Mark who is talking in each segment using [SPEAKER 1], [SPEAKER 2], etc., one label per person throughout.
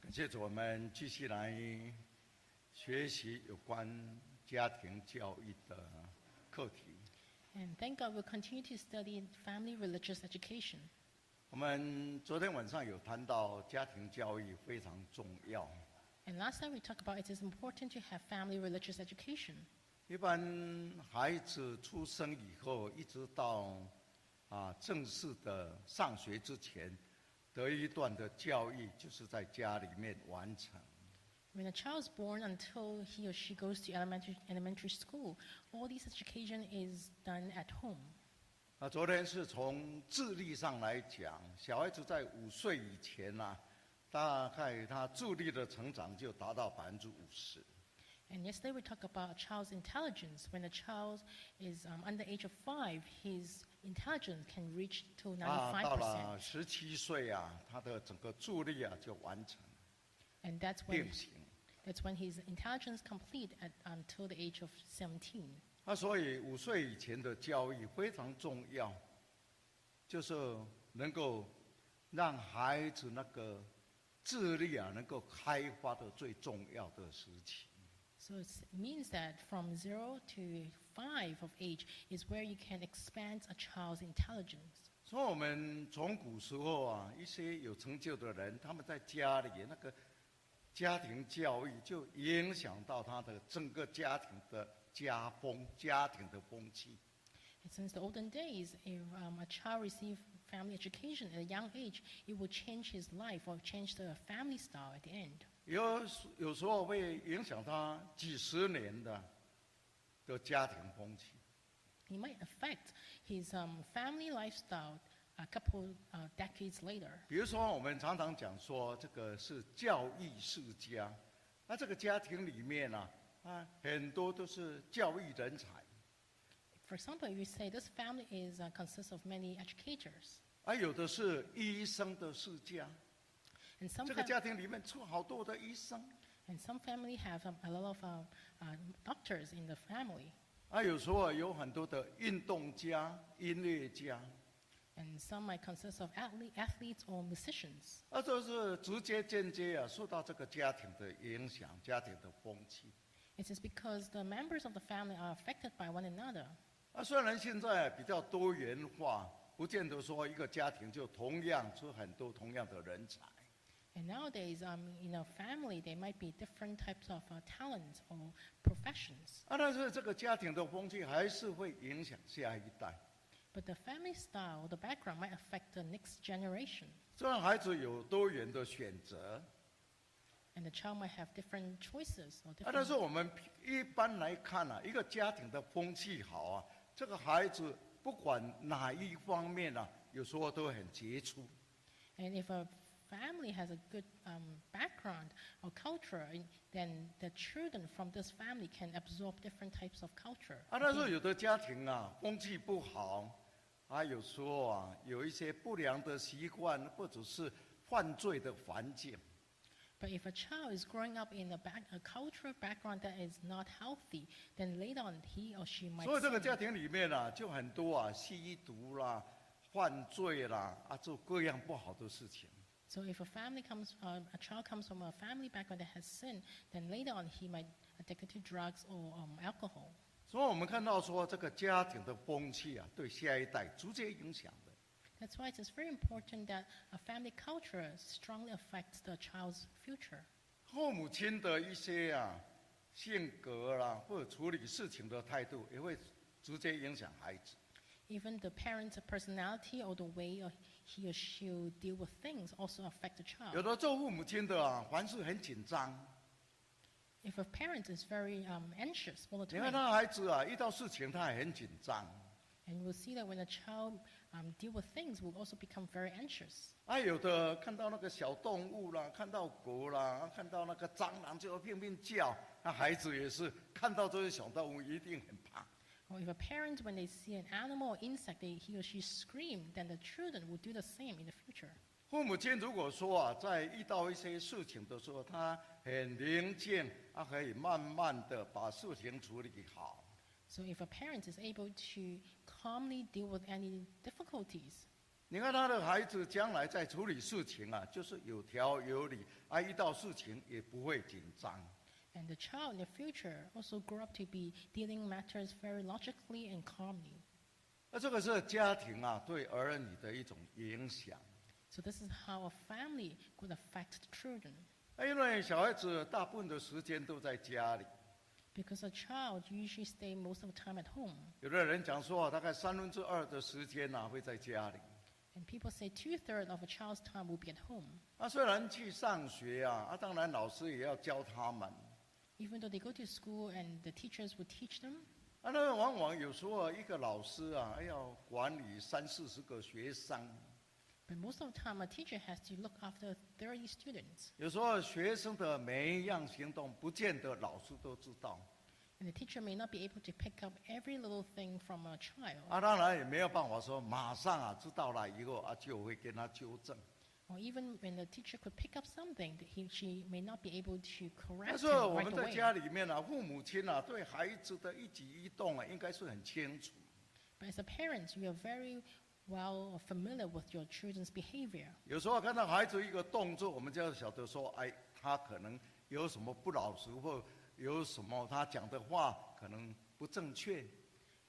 [SPEAKER 1] 感谢主，我们继续来学习有关家庭教育的课题。
[SPEAKER 2] And thank God we'll continue to study family religious education.
[SPEAKER 1] 我们昨天晚上有谈到家庭教育非常重要。
[SPEAKER 2] And last time we talked about it is important to have family religious education.
[SPEAKER 1] 一般孩子出生以后，一直到啊正式的上学之前，得一段的教育就是在家里面完成。
[SPEAKER 2] When a child is born until he or she goes to elementary, elementary school, all this education is done at home.
[SPEAKER 1] 啊，昨天是从智力上来讲，小孩子在五岁以前呢、大概他智力的成长就达到百分之五十。
[SPEAKER 2] And yesterday we talked about a child's intelligence. When a child is um, under the age of five, his intelligence can reach to 95%.
[SPEAKER 1] 啊，到了十七岁啊，他的整个智力啊就完成
[SPEAKER 2] and that's when
[SPEAKER 1] 定型。
[SPEAKER 2] that's when his intelligence complete at, until the age of 17.
[SPEAKER 1] 那所以五岁以前的教育非常重要，就是能够让孩子那个智力啊能够开发的最重要的时期。
[SPEAKER 2] So it's- it means that from zero to five of age is where you can expand a child's intelligence.
[SPEAKER 1] 所以我们从古时候啊，一些有成就的人，他们在家里那个家庭教育就影响到他的整个家庭的家风、家庭的风气。
[SPEAKER 2] And since the olden days, if um, a child received family education at a young age, it will change his life or change the family style at the end.
[SPEAKER 1] 有时有时候会影响他几十年的的家庭风气。
[SPEAKER 2] It might affect his um, family lifestyle a couple uh, decades later.
[SPEAKER 1] 比如说，我们常常讲说这个是教育世家，那这个家庭里面呢、啊，啊，很多都是教育人才，
[SPEAKER 2] For example, if you say this family is uh, consists of many educators,
[SPEAKER 1] 啊，有的是医生的世家，
[SPEAKER 2] and some
[SPEAKER 1] 这个
[SPEAKER 2] fam-
[SPEAKER 1] 家庭里面出好多的医生，
[SPEAKER 2] and some family have um, a lot of um, uh, doctors in the family,
[SPEAKER 1] 啊，有时候啊有很多的运动家、音乐家，
[SPEAKER 2] and some might consist of athlete, athletes or musicians.
[SPEAKER 1] 啊，这是直接间接啊受到这个家庭的影响、家庭的风气。
[SPEAKER 2] It is because the members of the family are affected by one another.
[SPEAKER 1] 啊，虽然现在比较多元化，不见得说一个家庭就同样出很多同样的人才。
[SPEAKER 2] And nowadays, um, in a family, there might be different types of uh, talents or professions,
[SPEAKER 1] 啊，但是这个家庭的风气还是会影响下一代。
[SPEAKER 2] but the family style, the background, might affect the next generation,
[SPEAKER 1] 虽然孩子有多元的选择，
[SPEAKER 2] and the child might have different choices or
[SPEAKER 1] 啊，但
[SPEAKER 2] different.
[SPEAKER 1] 是我们一般来看啊，一个家庭的风气好啊，这个孩子不管哪一方面啊，有时候都很杰出。
[SPEAKER 2] And if a family has a good um, background or culture, in- then the children from this family can absorb different types of culture.
[SPEAKER 1] 啊，但是有的家庭啊，风气不好，啊，有时候啊，有一些不良的习惯或者是犯罪的环境，
[SPEAKER 2] But if a child is growing up in a, back, a cultural background that is not healthy, then later on he or she might
[SPEAKER 1] 所以这个
[SPEAKER 2] sin.
[SPEAKER 1] 家庭里面啊，就很多啊，吸毒啦、犯罪啦，啊，做各样不好的事情。
[SPEAKER 2] So if a family comes, um, a child comes from a family background that has sin, then later on he might addicted to drugs or um, alcohol.
[SPEAKER 1] 所以我们看到说，这个家庭的风气啊，对下一代直接影响的。
[SPEAKER 2] That's why it is very important that a family culture strongly affects the child's future.
[SPEAKER 1] 父母亲的一些啊性格啦、或者处理事情的态度，也会直接影响孩子。
[SPEAKER 2] Even the parent's personality or the way or he or she will deal with things also affect the
[SPEAKER 1] 有
[SPEAKER 2] child.
[SPEAKER 1] 的做父母亲的啊，凡事很紧张，
[SPEAKER 2] If a parent is very um, anxious all the
[SPEAKER 1] 你看
[SPEAKER 2] time,
[SPEAKER 1] 那孩子啊，遇到事情他也很紧张。
[SPEAKER 2] and we'll see that when a child um, deal with things, will also become very anxious.
[SPEAKER 1] 啊，有的看到那个小动物啦，看到狗啦，看到那个蟑螂就拼命叫，那孩子也是看到这些小动物一定很怕。
[SPEAKER 2] Or if a parent, when they see an animal or insect, they, he or she scream, then the children will do the same in the future.
[SPEAKER 1] 父母亲如果说啊，在遇到一些事情的时候，他很宁静，他可以慢慢的把事情处理好。
[SPEAKER 2] So if a parent is able to calmly deal with any difficulties,
[SPEAKER 1] 你看他的孩子将来在处理事情啊，就是有条有理，啊，遇到事情也不会紧张。
[SPEAKER 2] And the child in the future also grow up to be dealing matters very logically and calmly.
[SPEAKER 1] 那这个是家庭啊对儿女的一种影响。
[SPEAKER 2] So this is how a family could affect the children.
[SPEAKER 1] 那因为小孩子大部分的时间都在家里，
[SPEAKER 2] Because a child usually stay most of the time at home.
[SPEAKER 1] 有的人讲说啊，大概三分之二的时间呢、会在家里。
[SPEAKER 2] And people say two-thirds of a child's time will be at home.
[SPEAKER 1] 啊，虽然去上学啊，啊，当然老师也要教他们。
[SPEAKER 2] Even though they go to school and the teachers would teach them,
[SPEAKER 1] 啊，那往往有时候啊一个老师啊，哎要管理三四十个学生，
[SPEAKER 2] but most of the time a teacher has to look after 30 students.
[SPEAKER 1] 有时候学生的每一样行动，不见得老师都知道。
[SPEAKER 2] And the teacher may not be able to pick up every little thing from a child.
[SPEAKER 1] 啊，当然也没有办法说马上啊知道了以后啊就会跟他纠正。
[SPEAKER 2] Or even when the teacher could pick up something, that he, she may not be able to
[SPEAKER 1] 但
[SPEAKER 2] correct
[SPEAKER 1] 是
[SPEAKER 2] him
[SPEAKER 1] 我
[SPEAKER 2] right
[SPEAKER 1] 们在
[SPEAKER 2] away.
[SPEAKER 1] 家里面啊，父母亲啊对孩子的一举一动啊，应该是很清楚，
[SPEAKER 2] But as a parent, you are very well or familiar with your children's behavior.
[SPEAKER 1] 有时候看到孩子一个动作，我们就要晓得说，哎，他可能有什么不老实，或有什么他讲的话可能不正确。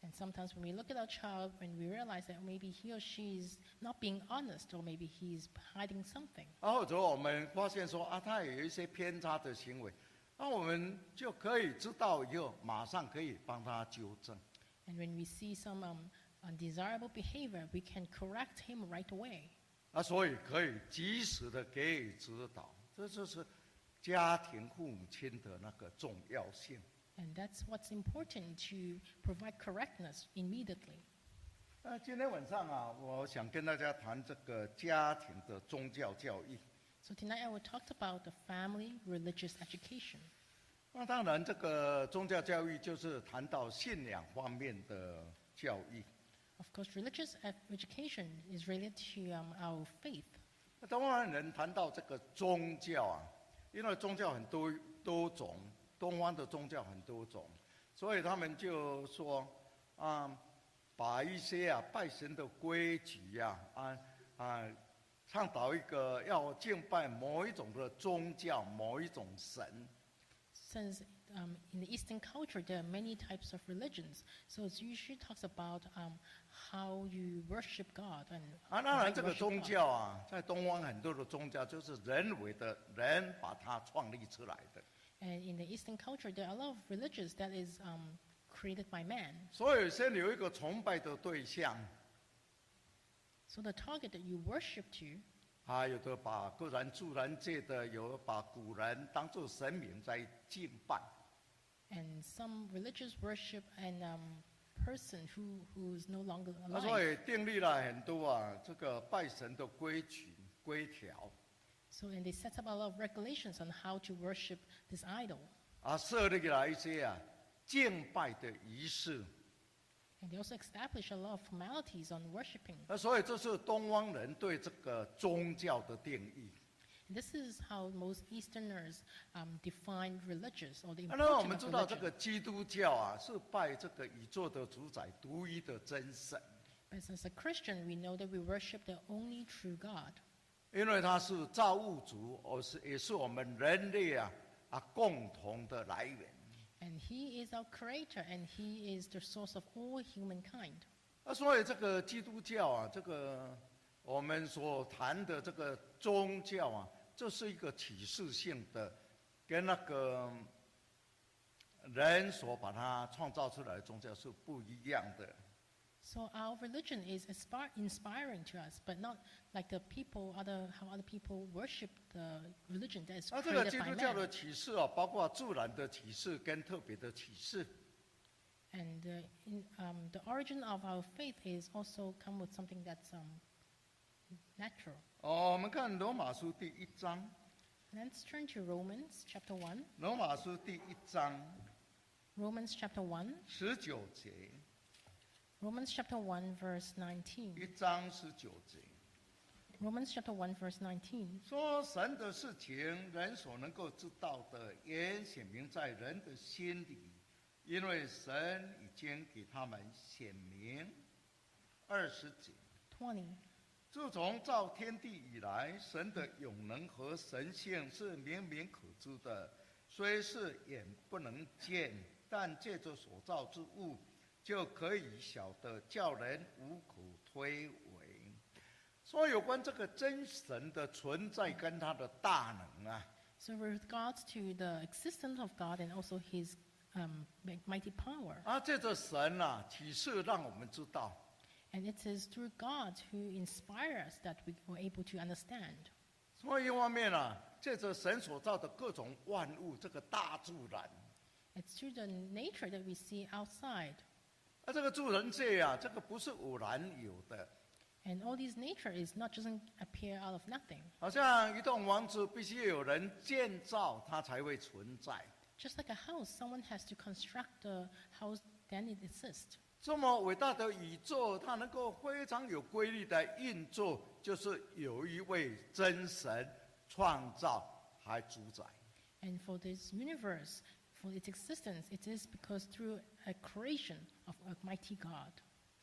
[SPEAKER 2] And sometimes when we look at our child, when we realize that maybe he or she is not being honest, or maybe he's hiding something,
[SPEAKER 1] 啊，或者我们发现说啊，他也有一些偏差的行为，那我们就可以知道以后，马上可以帮他纠正。
[SPEAKER 2] and when we see some um, undesirable behavior, we can correct him right away.
[SPEAKER 1] 啊，所以可以及时的给予指导，这就是家庭父母亲的那个重要性。
[SPEAKER 2] And that's what's important to provide correctness immediately.
[SPEAKER 1] 呃，今天晚上啊，我想跟大家谈这个家庭的宗教教育。
[SPEAKER 2] So tonight I will talk about the family religious education.
[SPEAKER 1] 那当然，这个宗教教育就是谈到信仰方面的教育。
[SPEAKER 2] Of course, religious ed- education is related to um, our faith.
[SPEAKER 1] 那东方人谈到这个宗教啊，因为宗教很多多种，东方的宗教很多种，所以他们就说啊、把一些啊拜神的规矩呀啊啊，倡导一个要敬拜某一种的宗教，某一种神。
[SPEAKER 2] Since um, in the Eastern culture there are many types of religions, so it usually talks about um, how you worship God and
[SPEAKER 1] 啊，当
[SPEAKER 2] how
[SPEAKER 1] 然，
[SPEAKER 2] you
[SPEAKER 1] 这个
[SPEAKER 2] worship
[SPEAKER 1] 宗
[SPEAKER 2] God.
[SPEAKER 1] 教啊，在东方很多的宗教就是人为的人把它创立出来的，
[SPEAKER 2] And in the Eastern culture, there are a lot of religions that is um, created by man.
[SPEAKER 1] 所以先有一个崇拜的对象，
[SPEAKER 2] So the target that you worship to,
[SPEAKER 1] 啊，有的把个人自然界的，有的把古人当作神明在敬拜，
[SPEAKER 2] and some religious worship an um, person who who is no longer
[SPEAKER 1] 那
[SPEAKER 2] alive.
[SPEAKER 1] 所以订立了很多啊这个拜神的规矩规条，
[SPEAKER 2] So and they set up a lot of regulations on how to worship this idol,
[SPEAKER 1] 啊，设立了一些啊敬拜的仪式，
[SPEAKER 2] and they also establish a lot of formalities on worshiping.
[SPEAKER 1] 那所以这是东方人对这个宗教的定义。
[SPEAKER 2] This is how most Easterners um, define religious or the
[SPEAKER 1] 啊那我
[SPEAKER 2] importance
[SPEAKER 1] 们
[SPEAKER 2] of
[SPEAKER 1] 知道这
[SPEAKER 2] religion.
[SPEAKER 1] 个基督教啊，是拜这个宇宙的主宰独一的真神，
[SPEAKER 2] But as a Christian, we know that we worship the only true God
[SPEAKER 1] 因为他是造物主，而是也是我们人类啊啊共同的来源。
[SPEAKER 2] And he is our creator and he is the source of all humankind.
[SPEAKER 1] 啊，所以这个基督教啊，这个我们所谈的这个宗教啊，这是一个启示性的，跟那个人所把它创造出来的宗教是不一样的。
[SPEAKER 2] So our religion is aspir- inspiring to us, but not like the people, other, how other people worship the religion that is
[SPEAKER 1] 那这个
[SPEAKER 2] created
[SPEAKER 1] 基
[SPEAKER 2] by
[SPEAKER 1] 督教
[SPEAKER 2] man.
[SPEAKER 1] 的启示啊，包括自然的启示跟特别的启示。
[SPEAKER 2] And uh, in, um, the origin of our faith is also come with something that's um, natural.
[SPEAKER 1] 哦，我们看罗马书第一章，
[SPEAKER 2] Let's turn to Romans chapter 1.
[SPEAKER 1] 罗马书第一章
[SPEAKER 2] Romans chapter 1.
[SPEAKER 1] 十九节，
[SPEAKER 2] Romans chapter 1 verse 19.
[SPEAKER 1] 一章十九节
[SPEAKER 2] Romans chapter 1 verse 19.
[SPEAKER 1] 说神的事情，人所能够知道的，也显明在人的心里，因为神已经给他们显明。二十节，
[SPEAKER 2] 20.
[SPEAKER 1] 自从造天地以来，神的永能和神性是明明可知的，虽是眼不能见，但借着所造之物，就可以晓得，叫人无可推诿。说有关这个真神的存在跟他的大能啊，
[SPEAKER 2] So, with regards to the existence of God and also His um, mi- mighty power,
[SPEAKER 1] 啊，这个神啊，启示让我们知道，
[SPEAKER 2] and it is through God who inspires us that we were able to understand.
[SPEAKER 1] 所以一方面啊，借着神所造的各种万物，这个大自然，
[SPEAKER 2] It's through the nature that we see outside,
[SPEAKER 1] 啊，这个自然界啊，这个不是偶然有的。
[SPEAKER 2] and all these nature is not just appear out of nothing.
[SPEAKER 1] 好像一栋房子必须有人建造，它才会存在。
[SPEAKER 2] Just like a house, someone has to construct the house, then it exists.
[SPEAKER 1] 这么伟大的宇宙，它能够非常有规律的运作，就是有一位真神创造还主宰。
[SPEAKER 2] And for this universe, for its existence, it is because through a creation of a mighty God.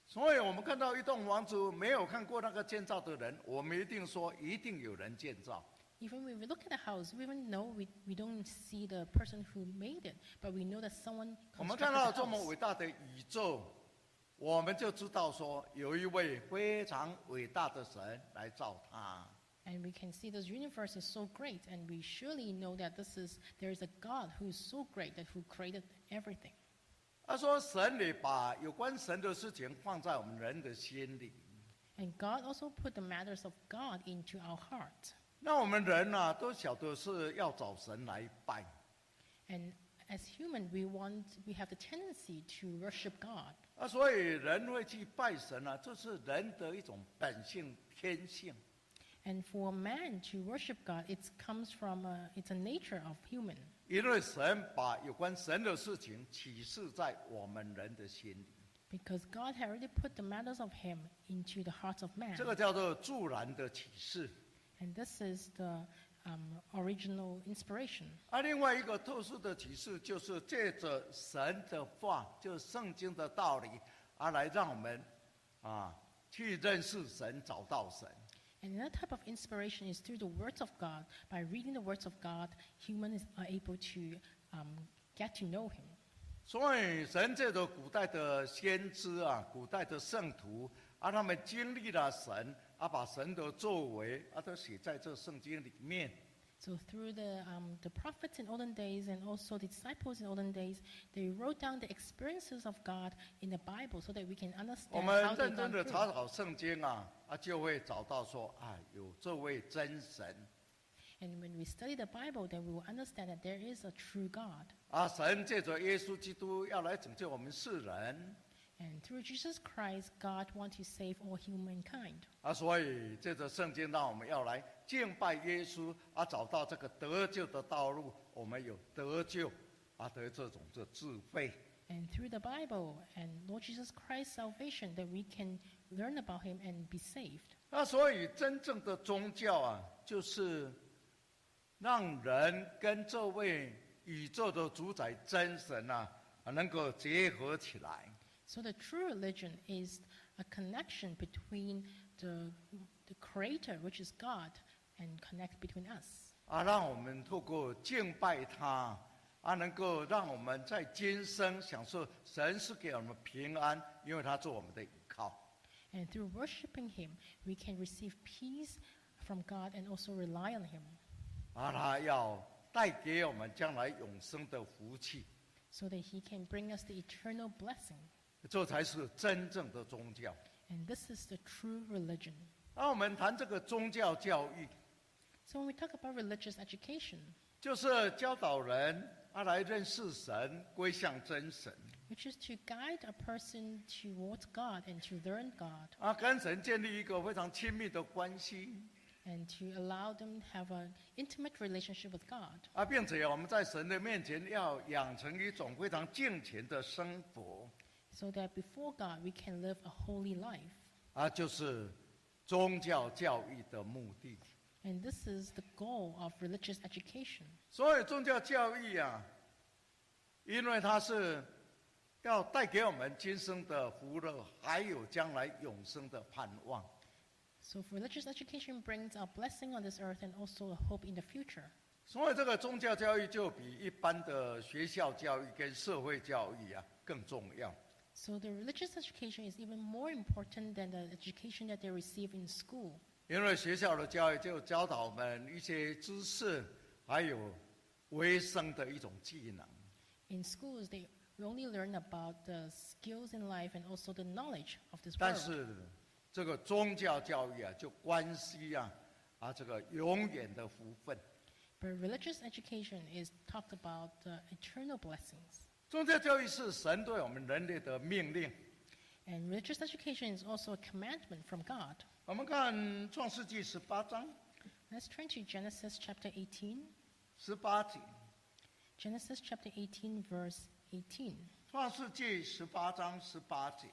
[SPEAKER 1] 所以我们看到一栋房子没有看过那个建造的人，我们一定说一定有人建造。
[SPEAKER 2] Even when we look at a house, we even know we, we don't see the person who made it, but we know that someone
[SPEAKER 1] 我们看到
[SPEAKER 2] constructed
[SPEAKER 1] 这
[SPEAKER 2] the
[SPEAKER 1] 么
[SPEAKER 2] house.
[SPEAKER 1] 伟大的宇宙，我们就知道说有一位非常伟大的神来造它。
[SPEAKER 2] And we can see this universe is so great, and we surely know that this is there is a God who is so great that who created everything.
[SPEAKER 1] 他说：“神里把有关神的事情放在我们人的心里，
[SPEAKER 2] And God also put the matters of God into our heart.
[SPEAKER 1] 那我们人呢、都晓得是要找神来拜。
[SPEAKER 2] And as human, we want we have the tendency to worship God.
[SPEAKER 1] 啊，所以人会去拜神啊，这是人的一种本性天性。
[SPEAKER 2] And for man to worship God, it comes from a, it's a nature of human
[SPEAKER 1] 因为神把有关神的事情启示在我们人的心里，
[SPEAKER 2] because God had already put the matters of Him into the hearts of man.
[SPEAKER 1] 这个叫做自然的启示。
[SPEAKER 2] And this is the um, original inspiration.
[SPEAKER 1] 而、啊另外一个特殊的启示，就是借着神的话，就是圣经的道理，而、来让我们啊去认识神，找到神。”
[SPEAKER 2] And another type of inspiration is through the words of God. By reading the words of God, humans are able to um, get to know Him.
[SPEAKER 1] 所以，神这个古代的先知啊，古代的圣徒啊，他们经历了神啊，把神的作为啊都写在这圣经里面。
[SPEAKER 2] So through the, um, the prophets in olden days and also the disciples in olden days, they wrote down the experiences of God in the Bible so that we can
[SPEAKER 1] 我
[SPEAKER 2] understand
[SPEAKER 1] 们
[SPEAKER 2] how
[SPEAKER 1] 认真
[SPEAKER 2] they gone
[SPEAKER 1] 的
[SPEAKER 2] through.
[SPEAKER 1] 查考圣经啊啊，就会找到说啊，有这位真神
[SPEAKER 2] And when we study the Bible, then we will understand that there is a true God.
[SPEAKER 1] 啊，神借着耶稣基督要来拯救我们世人
[SPEAKER 2] And through Jesus Christ, God wants to save all humankind.
[SPEAKER 1] 啊，所以借着圣经，让我们要来敬拜耶稣啊，找到这个得救的道路，我们有得救啊的这种这智慧。
[SPEAKER 2] And through the Bible and Lord Jesus Christ's salvation, that we can learn about Him and be saved.
[SPEAKER 1] 那啊所以，真正的宗教啊，就是让人跟这位宇宙的主宰真神啊，啊能够结合起来。
[SPEAKER 2] So the true religion is a connection between the, the Creator, which is God, and connect between us.
[SPEAKER 1] 啊，让我们透过敬拜他，啊，能够让我们在今生享受神是给我们平安，因为他做我们的依靠。
[SPEAKER 2] And through worshiping Him, we can receive peace from God and also rely on Him.
[SPEAKER 1] 啊，他要带给我们将来永生的福气，
[SPEAKER 2] so that he can bring us the eternal blessing.
[SPEAKER 1] 这才是真正的宗教。
[SPEAKER 2] And this is the true religion.
[SPEAKER 1] 那我们谈这个宗教教育，
[SPEAKER 2] So when we talk about religious education,
[SPEAKER 1] 就是教导人啊来认识神，归向真神
[SPEAKER 2] which is to guide a person towards God and to learn God
[SPEAKER 1] 啊，跟神建立一个非常亲密的关系
[SPEAKER 2] and to allow them to have an intimate relationship with God.
[SPEAKER 1] 啊，并且我们在神的面前要养成一种非常敬虔的生活
[SPEAKER 2] So that before God we can live a holy life.
[SPEAKER 1] 啊，就是宗教教育的目的。
[SPEAKER 2] And this is the goal of religious education.
[SPEAKER 1] 所以宗教教育啊，因为它是要带给我们今生的福乐，还有将来永生的盼望。
[SPEAKER 2] So if religious education brings a blessing on this earth and also a hope in the future.
[SPEAKER 1] 所以这个宗教教育就比一般的学校教育跟社会教育啊更重要。
[SPEAKER 2] So the religious education is even more important than the education that they receive in school.
[SPEAKER 1] 因为学校的教育就教导我们一些知识，还有为生的一种技能。
[SPEAKER 2] In schools, they only learn about the skills in life and also the knowledge of this
[SPEAKER 1] 但
[SPEAKER 2] world.
[SPEAKER 1] 是这个宗教教育啊，就关系啊啊这个永远的福分。
[SPEAKER 2] But religious education is talked about the eternal blessings.
[SPEAKER 1] 宗教教育是神对我们人类的命令。
[SPEAKER 2] And religious education is also a commandment from God.
[SPEAKER 1] 我们看《创世纪》十八章
[SPEAKER 2] Let's turn to Genesis chapter 18.
[SPEAKER 1] 十八节，《
[SPEAKER 2] Genesis chapter 18, verse 18.
[SPEAKER 1] 创世纪》十八章十八节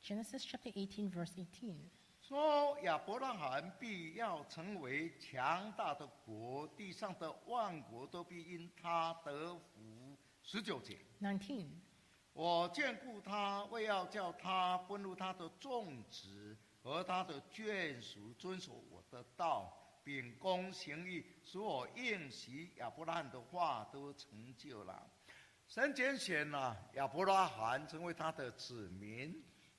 [SPEAKER 2] Genesis chapter 18, verse 18.
[SPEAKER 1] 说：亚伯拉罕必要成为强大的国，地上的万国都必因他得福。十九节，
[SPEAKER 2] 19.
[SPEAKER 1] 我眷顾他，为要叫他分入他的种植和他的眷属，遵守我的道，秉公行义，使我应许亚伯拉罕的话都成就了。神拣选了亚伯拉罕成为他的子民，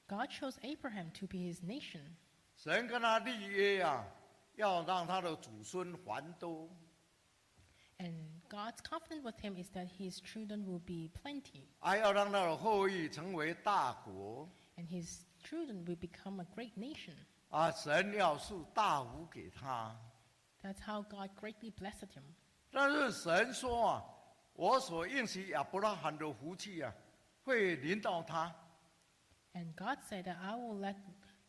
[SPEAKER 2] God chose Abraham to be his nation.
[SPEAKER 1] 神跟他立约啊，要让他的祖孙还都。
[SPEAKER 2] And God's covenant with him is that his children will be plenty,
[SPEAKER 1] 还要让他的后裔成为大国
[SPEAKER 2] and his children will become a great nation.
[SPEAKER 1] 啊！神要赐大福给他，
[SPEAKER 2] That's how God greatly blessed him.
[SPEAKER 1] 但是神说啊，我所应许亚伯拉罕的福气啊，会临到他，
[SPEAKER 2] And God said that I will let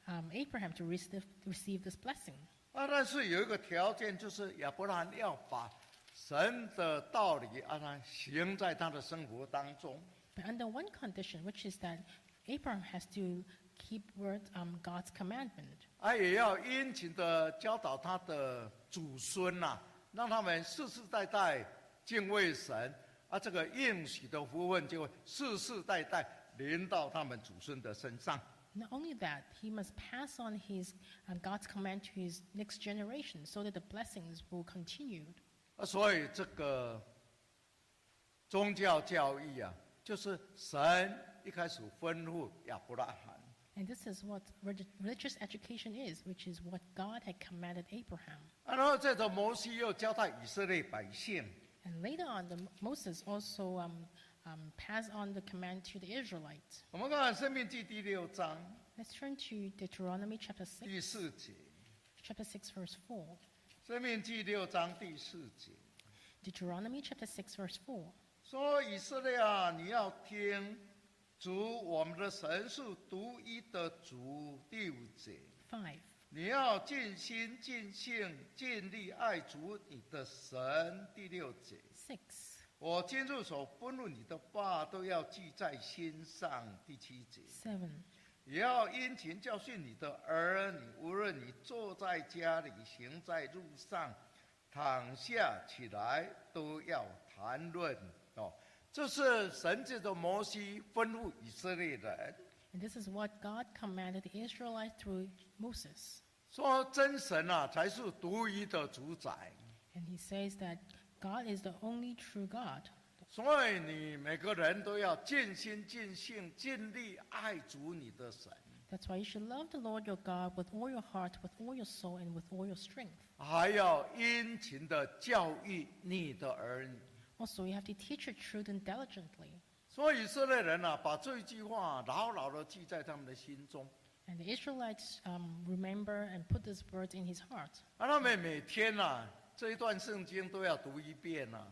[SPEAKER 2] um, Abraham to receive, receive this blessing.
[SPEAKER 1] 啊，但是有一个条件，就是亚伯拉罕要把神的道理啊，他行在他的生活当中。
[SPEAKER 2] But under one condition, which is that Abraham has to keep word um, God's commandment,
[SPEAKER 1] 啊，也要殷勤的教导他的祖孙呐、让他们世世代代敬畏神啊，这个应许的福分就会世世代代临到他们祖孙的身上。
[SPEAKER 2] Not only that, he must pass on his um, God's command to his next generation so that the blessings will continue.
[SPEAKER 1] 啊，所以这个宗教教义啊，就是神一开始吩咐亚伯拉罕，
[SPEAKER 2] And this is what relig- religious education is, which is what God had commanded Abraham.
[SPEAKER 1] 啊，然后接着摩西又交代以色列百姓，
[SPEAKER 2] And later on, the, Moses also um, um, passed on the command to the Israelites.
[SPEAKER 1] 我们看《生命记》第六章
[SPEAKER 2] Let's turn to Deuteronomy chapter 6,
[SPEAKER 1] 第四节，
[SPEAKER 2] chapter 6, verse 4.
[SPEAKER 1] 《生命记》六章第四节。
[SPEAKER 2] Deuteronomy chapter 6, verse 4.
[SPEAKER 1] 说以色列啊，你要听主我们的神是独一的主。第五节，
[SPEAKER 2] 5.
[SPEAKER 1] 你要尽心尽性尽力爱主你的神。第六节，
[SPEAKER 2] 6.
[SPEAKER 1] 我今日所吩咐你的话都要记在心上。第七节，
[SPEAKER 2] 7.
[SPEAKER 1] 也要殷勤教训你的儿女，无论你坐在家里，行在路上，躺下起来，都要谈论哦。这是神借着摩西吩咐以色列人，
[SPEAKER 2] And this is what God commanded the Israelites through Moses.
[SPEAKER 1] 说真神啊才是独一的主宰，
[SPEAKER 2] And he says that God is the only true God.
[SPEAKER 1] 所以你每个人都要尽心尽性尽力爱主你的神，
[SPEAKER 2] That's why you should love the Lord your God with all your heart, with all your soul, and with all your strength.
[SPEAKER 1] 还要殷勤的教育你的儿女。
[SPEAKER 2] Also, you have to teach your children diligently.
[SPEAKER 1] 所以以色列人啊，把这一句话牢牢的记在他们的心中，
[SPEAKER 2] And the Israelites um, remember and put this word in his heart.
[SPEAKER 1] 啊，他们每天啊，这一段圣经都要读一遍啊，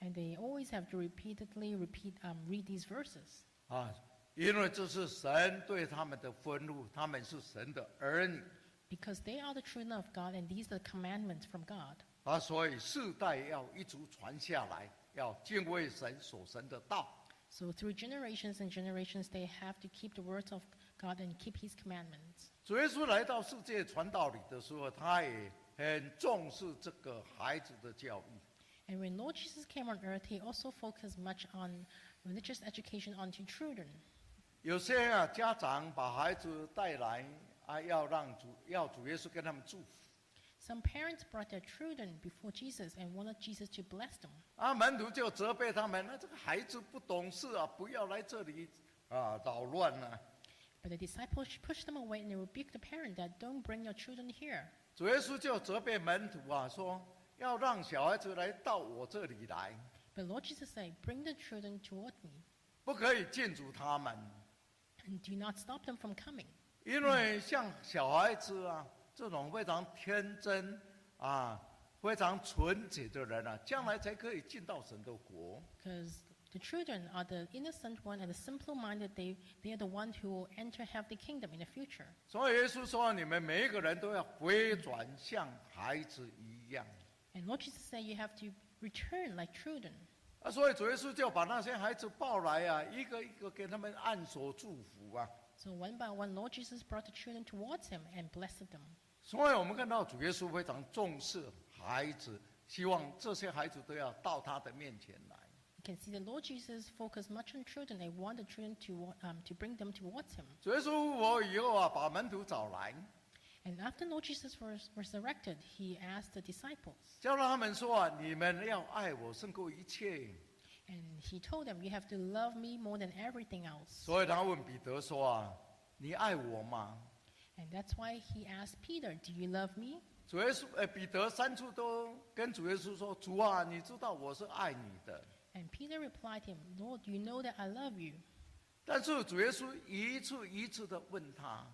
[SPEAKER 2] And they always have to repeatedly repeat, um, read these verses
[SPEAKER 1] 啊，因为这是神对他们的吩咐，他们是神的儿女
[SPEAKER 2] because they are the children of God and these are the commandments from God.
[SPEAKER 1] 啊，所以世代要一直传下来，要敬畏神所神的道
[SPEAKER 2] So through generations and generations, they have to keep the words of God and keep His commandments.
[SPEAKER 1] 主耶稣来到世界传道理的时候，他也很重视这个孩子的教育。
[SPEAKER 2] And when Lord Jesus came on earth, He also focused much on religious education onto children.
[SPEAKER 1] 有些啊，家长把孩子带来啊，要让主要主耶稣跟他们祝福。
[SPEAKER 2] Some parents brought their children before Jesus and wanted Jesus to bless them.
[SPEAKER 1] 啊，门徒就责备他们，那这个孩子不懂事啊，不要来这里啊捣乱啊。
[SPEAKER 2] But the disciples pushed them away and they rebuked the parent that don't bring your children here.
[SPEAKER 1] 主耶稣就责备门徒啊，说要让小孩子来到我这里来，
[SPEAKER 2] But Lord Jesus said, Bring the children toward me
[SPEAKER 1] 不可以禁止他们，
[SPEAKER 2] and do not stop them from coming.
[SPEAKER 1] 因为像小孩子啊这种非常天真啊、非常纯洁的人啊，将来才可以进到神的国。
[SPEAKER 2] Because the children are the innocent one and the simple minded, they, they are the one who will enter have the kingdom in the future.
[SPEAKER 1] 所以耶稣说，你们每一个人都要回转像孩子一样。
[SPEAKER 2] And Lord Jesus said, You have to return like children.
[SPEAKER 1] 啊，所以主耶稣就把那些孩子抱来啊，一个一个给他们按手祝福啊。
[SPEAKER 2] So one by one, Lord Jesus brought the children towards him and blessed them.
[SPEAKER 1] 所以我们看到主耶稣非常重视孩子，希望这些孩子都要到他的面前来。
[SPEAKER 2] You can see the Lord Jesus focused much on children. They want the children to, um, to bring them towards him.
[SPEAKER 1] 主耶稣复活以后啊，把门徒找来，
[SPEAKER 2] And after Lord Jesus was resurrected, he asked the disciples,
[SPEAKER 1] 叫他们说啊，你们要爱我胜过一切。
[SPEAKER 2] and he told them, You have to love me more than everything else.
[SPEAKER 1] 所以他问彼得说啊，你爱我吗？
[SPEAKER 2] And that's why he asked Peter, Do you love me?
[SPEAKER 1] 主耶稣，呃，彼得三处都跟主耶稣说，主啊，你知道我是爱你的。
[SPEAKER 2] And Peter replied him, Lord, you know that I love you.
[SPEAKER 1] 但是主耶稣一次一次的问他，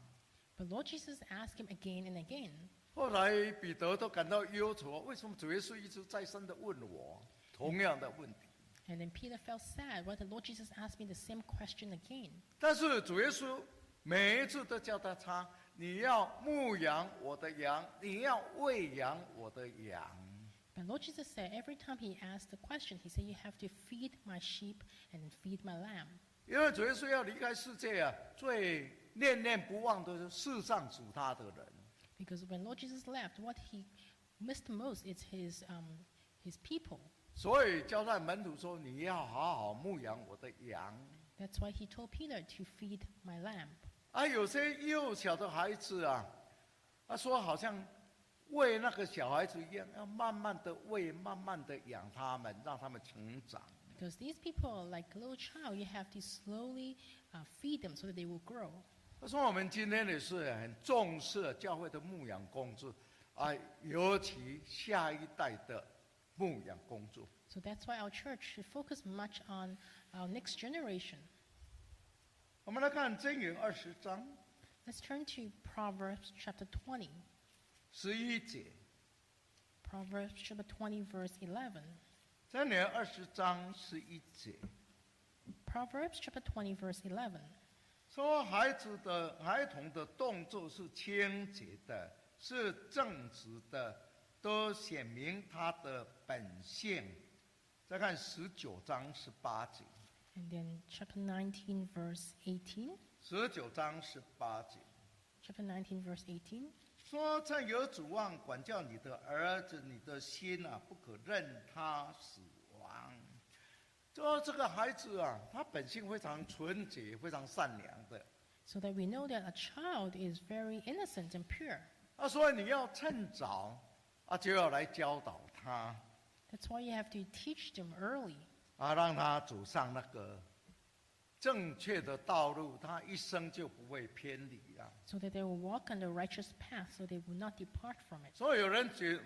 [SPEAKER 2] But Lord Jesus asked him again and again.
[SPEAKER 1] 后来彼得都感到忧愁，为什么主耶稣一直再三的问我同样的问题？
[SPEAKER 2] And then Peter felt sad. Why the Lord Jesus asked me the same question again?
[SPEAKER 1] 但是主耶稣每一次都叫他他，你要牧养我的羊，你要喂养我的羊。
[SPEAKER 2] But Lord Jesus said, every time he asked the question, he said, You have to feed my sheep and feed my lamb.
[SPEAKER 1] 因为主耶稣要离开世界啊，最念念不忘的是世上属他的人。
[SPEAKER 2] Because when Lord Jesus left, what he missed most is his, um, his people.
[SPEAKER 1] 所以交代门徒说：“你要好好牧养我的羊。
[SPEAKER 2] That's why he told Peter to feed my lamb. ”
[SPEAKER 1] 啊，有些幼小的孩子啊，他说好像喂那个小孩子一样，要慢慢的喂，慢慢的养他们，让他们成长。
[SPEAKER 2] Because these people are like little child, you have to slowly uh, feed them so that they will grow.
[SPEAKER 1] 他说我们今天也是很重视教会的牧养工作，啊，尤其下一代的牧养工作。
[SPEAKER 2] So that's why our church should focus much on our next generation.
[SPEAKER 1] 我们来看箴言二十章
[SPEAKER 2] Let's turn to Proverbs chapter 20.
[SPEAKER 1] 十一节，
[SPEAKER 2] Proverbs chapter 20, verse 11.
[SPEAKER 1] 箴言二十章十一节
[SPEAKER 2] Proverbs chapter 20, verse 11.
[SPEAKER 1] 说，孩子的孩童的动作是清洁的，是正直的，都显明他的本性。再看十九章十八节，
[SPEAKER 2] And then chapter 19, verse 18.
[SPEAKER 1] 十九章十八节。
[SPEAKER 2] Chapter 19, verse 18.
[SPEAKER 1] 说趁有指望管教你的儿子，你的心啊，不可任他死亡。说这个孩子啊，他本性非常纯洁，非常善良的。
[SPEAKER 2] So that we know that a child is very innocent and pure.
[SPEAKER 1] 啊，所以你要趁早啊，就要来教导他
[SPEAKER 2] That's why you have to teach them early
[SPEAKER 1] 啊，让他走上那个正确的道路，他一生就不会偏离啊。
[SPEAKER 2] so that they will walk on the righteous path so they will not depart from it.
[SPEAKER 1] 所以有人举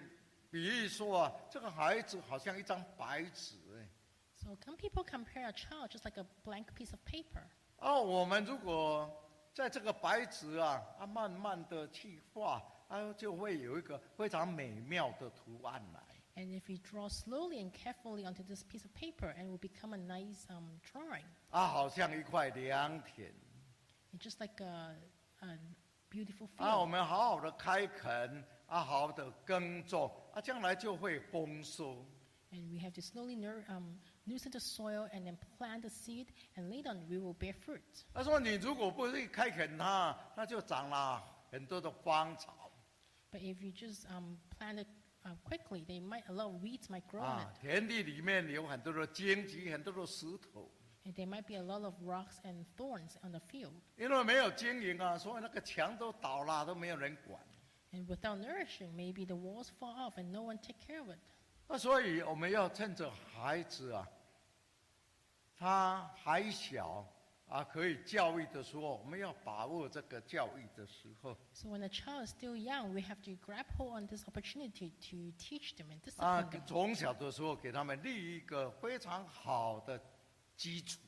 [SPEAKER 1] 比喻说啊，这个孩子好像一张白纸哎、
[SPEAKER 2] So some people compare a child just like a blank piece of paper.
[SPEAKER 1] 啊，我们如果在这个白纸啊，啊，慢慢的去画，啊，就会有一个非常美妙的图案来。
[SPEAKER 2] And if you draw slowly and carefully onto this piece of paper, it will become a nice um, drawing.
[SPEAKER 1] 啊，好像一块良田。
[SPEAKER 2] It's just like a, a beautiful
[SPEAKER 1] 啊，我
[SPEAKER 2] field.
[SPEAKER 1] 们好好的开垦，啊，好好的耕种，啊，将来就会丰收。
[SPEAKER 2] And we have to slowly nur- um, loosen the soil and then plant the seed, and later on we will bear fruit.
[SPEAKER 1] 他说，你如果不去开垦它，那就长了很多的荒草
[SPEAKER 2] But if you just um, plant it uh, quickly,
[SPEAKER 1] Ah.
[SPEAKER 2] they might a lot of weeds might grow on
[SPEAKER 1] 啊
[SPEAKER 2] it,，
[SPEAKER 1] 田地里面有很多的荆棘，很多的石头。
[SPEAKER 2] And there might be a lot of rocks and thorns on the field.
[SPEAKER 1] 因为没有经营啊，所以那个墙都倒了，都没有人管。
[SPEAKER 2] And without nourishing, maybe the walls fall off and no one take care of it.
[SPEAKER 1] 那所以我们要趁着孩子啊，他还小啊，可以教育的时候，我们要把握这个教育的时候
[SPEAKER 2] So when a child is still young, we have to grab hold on this opportunity to teach them and
[SPEAKER 1] 啊
[SPEAKER 2] discipline them.，
[SPEAKER 1] 从小的时候给他们立一个非常好的基础。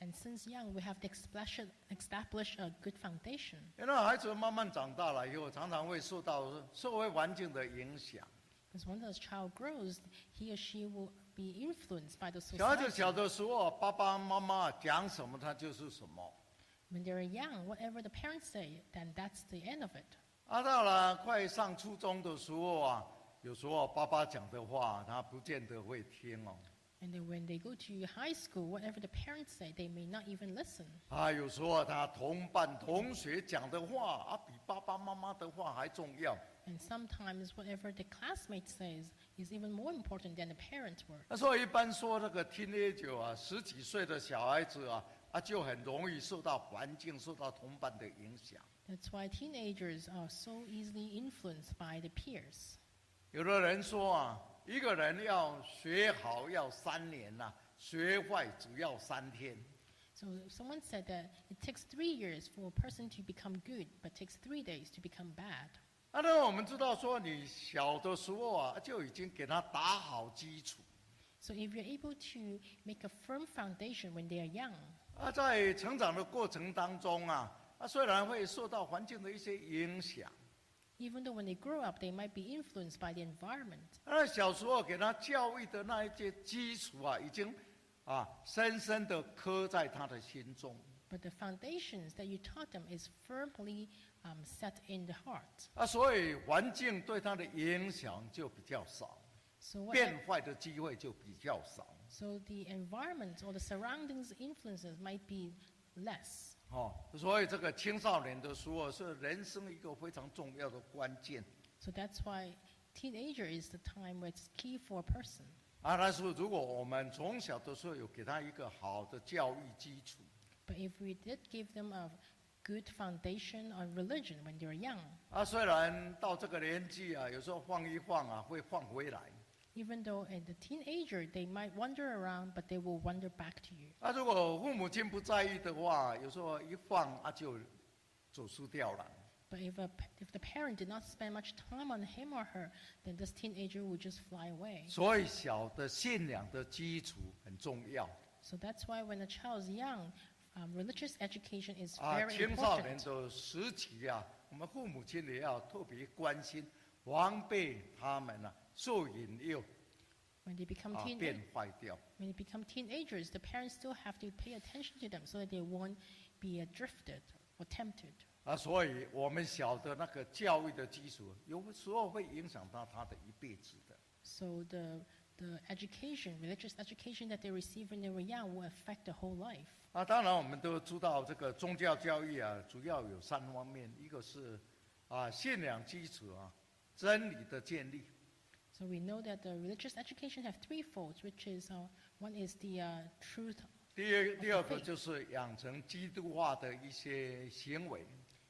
[SPEAKER 2] And since young, we have to establish, establish a good foundation.
[SPEAKER 1] 因为孩子慢慢长大了以后，常常会受到社会环境的影响。
[SPEAKER 2] Because when the child grows, he or she will be influenced by the
[SPEAKER 1] 小孩子
[SPEAKER 2] society.
[SPEAKER 1] 小的时候，爸爸妈妈讲什么，他就是什么。
[SPEAKER 2] When they're young, whatever the parents say, then that's the end of it.
[SPEAKER 1] 啊，到了快上初中的时候啊，有时候爸爸讲的话，他不见得会听哦。
[SPEAKER 2] And then when they go to high school, whatever the parents say, they may not even listen.
[SPEAKER 1] 啊，有时候他同伴同学讲的话啊，比爸爸妈妈的话还重要。
[SPEAKER 2] And sometimes whatever the classmate says is even more important than the parents' word.
[SPEAKER 1] 那所以一般说那个 teenager 啊，十几岁的小孩子啊，啊就很容易受到环境、受到同伴的影响。
[SPEAKER 2] That's why teenagers are so easily influenced by the peers.
[SPEAKER 1] 有的人说啊，一个人要学好要三年呐、学坏只要三天。
[SPEAKER 2] So someone said that it takes three years for a person to become good, but takes three days to become bad.
[SPEAKER 1] 啊，那我们知道说，你小的时候啊，就已经给他打好基础。
[SPEAKER 2] So if you're able to make a firm foundation when they are young,
[SPEAKER 1] 啊，在成长的过程当中啊，啊虽然会受到环境的一些影响，
[SPEAKER 2] even though when they grow up, they might be influenced by the environment.
[SPEAKER 1] 啊那小时候给他教育的那一些基础啊，已经啊深深的刻在他的心中。
[SPEAKER 2] But the foundations that you taught them is firmly um, set in the heart.
[SPEAKER 1] 啊，所以环境对他的影响就比较少，
[SPEAKER 2] So what?
[SPEAKER 1] 变坏的机会就比较少。
[SPEAKER 2] So the environment or the surroundings influences might be less.
[SPEAKER 1] 哦，所以这个青少年的时候是人生一个非常重要的关键
[SPEAKER 2] So that's why teenager is the time where it's key for a person.
[SPEAKER 1] 啊。但是如果我们从小的时候有给他一个好的教育基础，
[SPEAKER 2] But if we did give them a good foundation on religion when they're young,
[SPEAKER 1] 啊，虽然到这个年纪啊，有时候晃一晃啊，会晃回来。
[SPEAKER 2] even though at the teenager they might wander around, but they will wander back to you.
[SPEAKER 1] 啊，如果父母亲不在意的话，有时候一晃啊就走失掉了。
[SPEAKER 2] But if, a, p- if the parent did not spend much time on him or her, then this teenager will just fly away.
[SPEAKER 1] 所以小的信仰的基础很重要
[SPEAKER 2] So that's why when a child is young, um, religious education is
[SPEAKER 1] 啊。
[SPEAKER 2] very
[SPEAKER 1] 青少年
[SPEAKER 2] important.
[SPEAKER 1] 的时期啊，我们父母亲也要特别关心，防备他们啊受引诱
[SPEAKER 2] When they become
[SPEAKER 1] 啊
[SPEAKER 2] teenagers,
[SPEAKER 1] 变坏掉。
[SPEAKER 2] when they become teenagers, the parents still have to pay attention to them so that they won't be uh, drifted or tempted.
[SPEAKER 1] 啊，所以我们小的那个教育的基础，有时候会影响到他的一辈子的。
[SPEAKER 2] So the the education, religious education that they receive when they were young, will affect their whole life.
[SPEAKER 1] 啊，当然我们都知道这个宗教教育啊，主要有三方面，一个是啊信仰基础啊，真理的建立，
[SPEAKER 2] So we know that the religious education have three folds, which is uh, one is the uh, truth,
[SPEAKER 1] 第二
[SPEAKER 2] 啊
[SPEAKER 1] 第二个
[SPEAKER 2] Okay.
[SPEAKER 1] 就是养成基督化的一些行为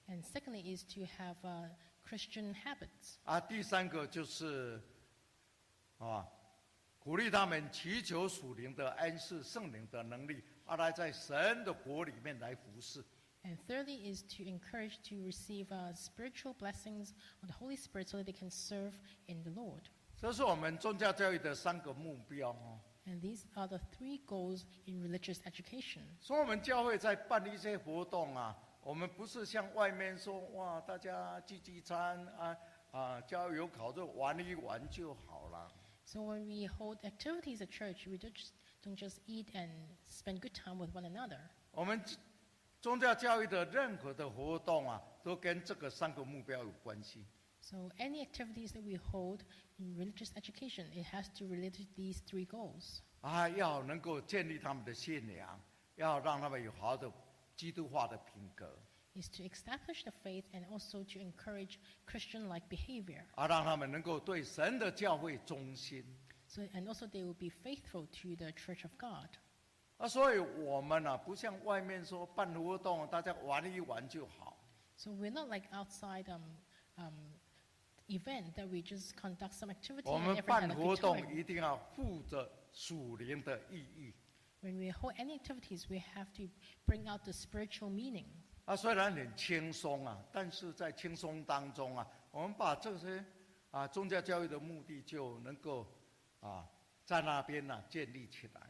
[SPEAKER 2] and secondly is to have uh, Christian habits,
[SPEAKER 1] 啊，第三个就是啊鼓励他们祈求属灵的恩赐、圣灵的能力，啊来在神的国里面来服侍。
[SPEAKER 2] and thirdly is to encourage to receive uh, spiritual blessings of the Holy Spirit so that they can serve in the Lord.
[SPEAKER 1] 这是我们宗教教育的三个目标哦。
[SPEAKER 2] And these are the three goals in religious education.
[SPEAKER 1] 所以，我们教会在办一些活动啊，我们不是像外面说哇，大家聚聚餐啊啊，郊游烤肉玩一玩就好了。
[SPEAKER 2] So when we hold activities at church, we don't just, don't just eat and spend good time with one another.
[SPEAKER 1] 我们宗教教育的任何的活动啊，都跟这个三个目标有关系。
[SPEAKER 2] So any activities that we hold in religious education, it has to relate to these three goals.
[SPEAKER 1] 啊，要能够建立他们的信仰，要让他们有好的基督化的品格，
[SPEAKER 2] is to establish the faith and also to encourage Christian-like behavior.
[SPEAKER 1] 啊，让他们能够对神的教会忠心，
[SPEAKER 2] So, and also they will be faithful to the Church of God.
[SPEAKER 1] 啊，所以我们啊，不像外面说办活动，大家玩一玩就好。
[SPEAKER 2] So we're not like outside um, um, event that we just conduct some activity
[SPEAKER 1] 我
[SPEAKER 2] and
[SPEAKER 1] 们
[SPEAKER 2] everyone
[SPEAKER 1] 办
[SPEAKER 2] had a
[SPEAKER 1] 活
[SPEAKER 2] good
[SPEAKER 1] 动
[SPEAKER 2] time.
[SPEAKER 1] 一定要负责属灵的意义。
[SPEAKER 2] When we hold any activities, we have to bring out the spiritual meaning.
[SPEAKER 1] 啊，虽然很轻松啊，但是在轻松当中啊，我们把这些啊宗教教育的目的就能够啊在那边呢、建立起来。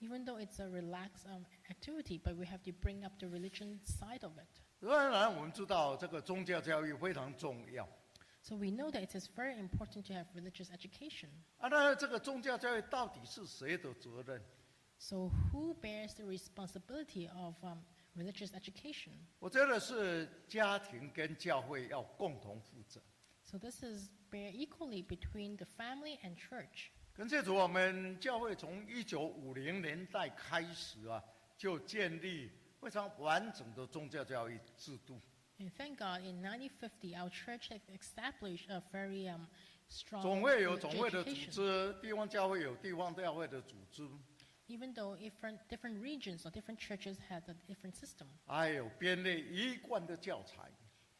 [SPEAKER 2] Even though it's a relaxed um, activity, but we have to bring up the religion side of it.
[SPEAKER 1] 当然，我们知道这个宗教教育非常重要
[SPEAKER 2] So we know that it is very important to have religious education.
[SPEAKER 1] 啊。那这个宗教教育到底是谁的责任？
[SPEAKER 2] So who bears the responsibility of um, religious education?
[SPEAKER 1] 我觉得是家庭跟教会要共同负责。
[SPEAKER 2] So this is bear equally between the family and church.
[SPEAKER 1] 跟谢主，我们教会从一九五零年代开始啊，就建立非常完整的宗教教育制度。
[SPEAKER 2] And thank God, in 1950, our church had established a very um, strong
[SPEAKER 1] 总会有
[SPEAKER 2] religious
[SPEAKER 1] 总会的组
[SPEAKER 2] education.
[SPEAKER 1] 织，地方教会有地方教会的组织，
[SPEAKER 2] Even though different, different regions or different churches had a different system,
[SPEAKER 1] 还有编列一贯的教材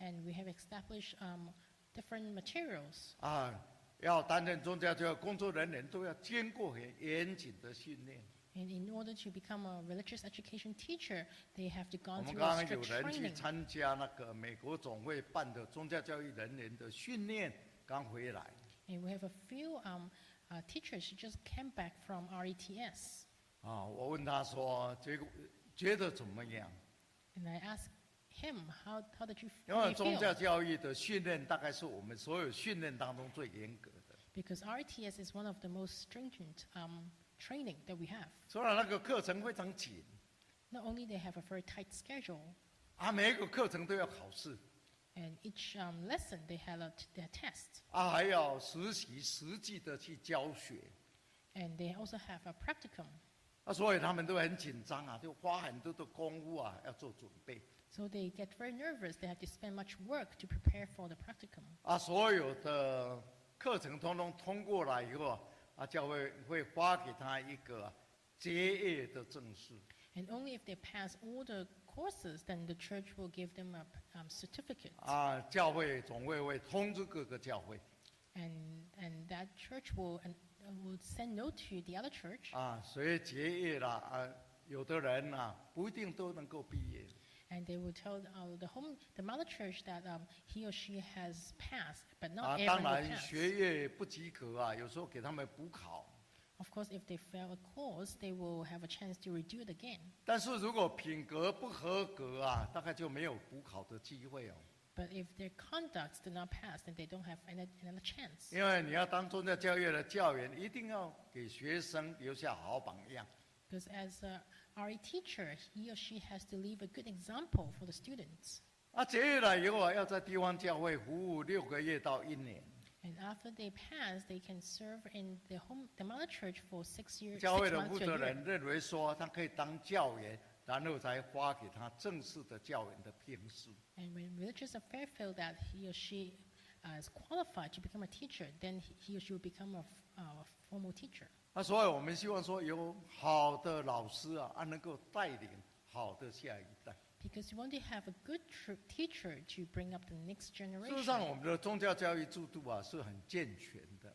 [SPEAKER 2] and we have established um, different materials.
[SPEAKER 1] 啊。要担任宗教教育工作人员，都要经过很严谨的训练。
[SPEAKER 2] And in order to become a religious education teacher, they have to
[SPEAKER 1] 我
[SPEAKER 2] gone
[SPEAKER 1] 们刚
[SPEAKER 2] through a
[SPEAKER 1] 刚有
[SPEAKER 2] strict
[SPEAKER 1] 人去
[SPEAKER 2] training.
[SPEAKER 1] 参加那个美国总会办的宗教教育人员的训练，刚回来。
[SPEAKER 2] And we have a few um, uh, teachers who just came back from E RETS.
[SPEAKER 1] 啊，我问他说，结果觉得怎么样？
[SPEAKER 2] And I asked him, how, how did you,
[SPEAKER 1] 因
[SPEAKER 2] how do
[SPEAKER 1] 为
[SPEAKER 2] you
[SPEAKER 1] 宗教
[SPEAKER 2] feel?
[SPEAKER 1] 教育的训练大概是我们所有训练当中最严格的。
[SPEAKER 2] Because RTS is one of the most stringent um, training that we have.
[SPEAKER 1] 虽然那个课程非常紧，
[SPEAKER 2] Not only they have a very tight schedule,
[SPEAKER 1] 啊，每一个课程都要考试，
[SPEAKER 2] and each um, lesson they had a t- their test,
[SPEAKER 1] 啊，还要实习实际的去教学，
[SPEAKER 2] and they also have a practicum.
[SPEAKER 1] 啊，所以他们都很紧张啊，就花很多的功夫啊，要做准备，
[SPEAKER 2] So they get very nervous. They have to spend much work to prepare for the practicum.
[SPEAKER 1] 啊，所有的课程通通通过了以后啊，啊，教会会发给他一个结业的证书。
[SPEAKER 2] And only if they pass all the courses, then the church will give them a p- um, certificate.
[SPEAKER 1] 啊，教会总会会通知各个教会
[SPEAKER 2] And, and that church will, and, uh, will send note to the other church.
[SPEAKER 1] 啊，谁结业了啊？有的人啊，不一定都能够毕业。
[SPEAKER 2] And they will tell uh, the home, the mother church that um, he or she has passed, but
[SPEAKER 1] 啊，
[SPEAKER 2] not
[SPEAKER 1] 当
[SPEAKER 2] everyone will
[SPEAKER 1] 然
[SPEAKER 2] pass.
[SPEAKER 1] 学业不及格啊，有时候给他们补考。
[SPEAKER 2] Of course, if they fail a course, they will have a chance to redo it again.
[SPEAKER 1] 但是如果品格不合格啊，大概就没有补考的机会哦。
[SPEAKER 2] But if their conducts do not pass, then they don't have any, another chance.
[SPEAKER 1] 因为你要当宗教教育的教员，一定要给学生留下好榜样
[SPEAKER 2] Because as a RE teacher, he or she has to leave a good example for the students.
[SPEAKER 1] 啊。结业了以后啊，要在地方教会服务六个月到一年，
[SPEAKER 2] And after they pass, they can serve in the home, the mother church for six years,
[SPEAKER 1] 教会
[SPEAKER 2] six
[SPEAKER 1] 的负
[SPEAKER 2] months to
[SPEAKER 1] 责
[SPEAKER 2] a year.
[SPEAKER 1] 人认为说他可以当教员，然后才发给他正式的教员的聘书。
[SPEAKER 2] And when religious affair feel that he or she uh, is qualified to become a teacher, then he- he or she will become a, f- uh, a formal teacher.
[SPEAKER 1] 那啊所以我们希望说有好的老师啊，啊能够带领好的下一代。
[SPEAKER 2] Because you want to have a good tr- teacher to bring up the next
[SPEAKER 1] 事实
[SPEAKER 2] generation.
[SPEAKER 1] 上，我们的宗教教育制度啊是很健全的。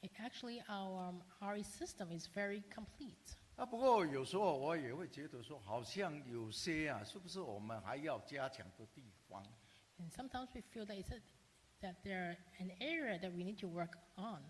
[SPEAKER 2] It- actually, our um, RE system is very complete.
[SPEAKER 1] 啊，不过有时候我也会觉得说，好像有些啊，是不是我们还要加强的地方？
[SPEAKER 2] And sometimes we feel that, it's a, that there are an area that we need to work on.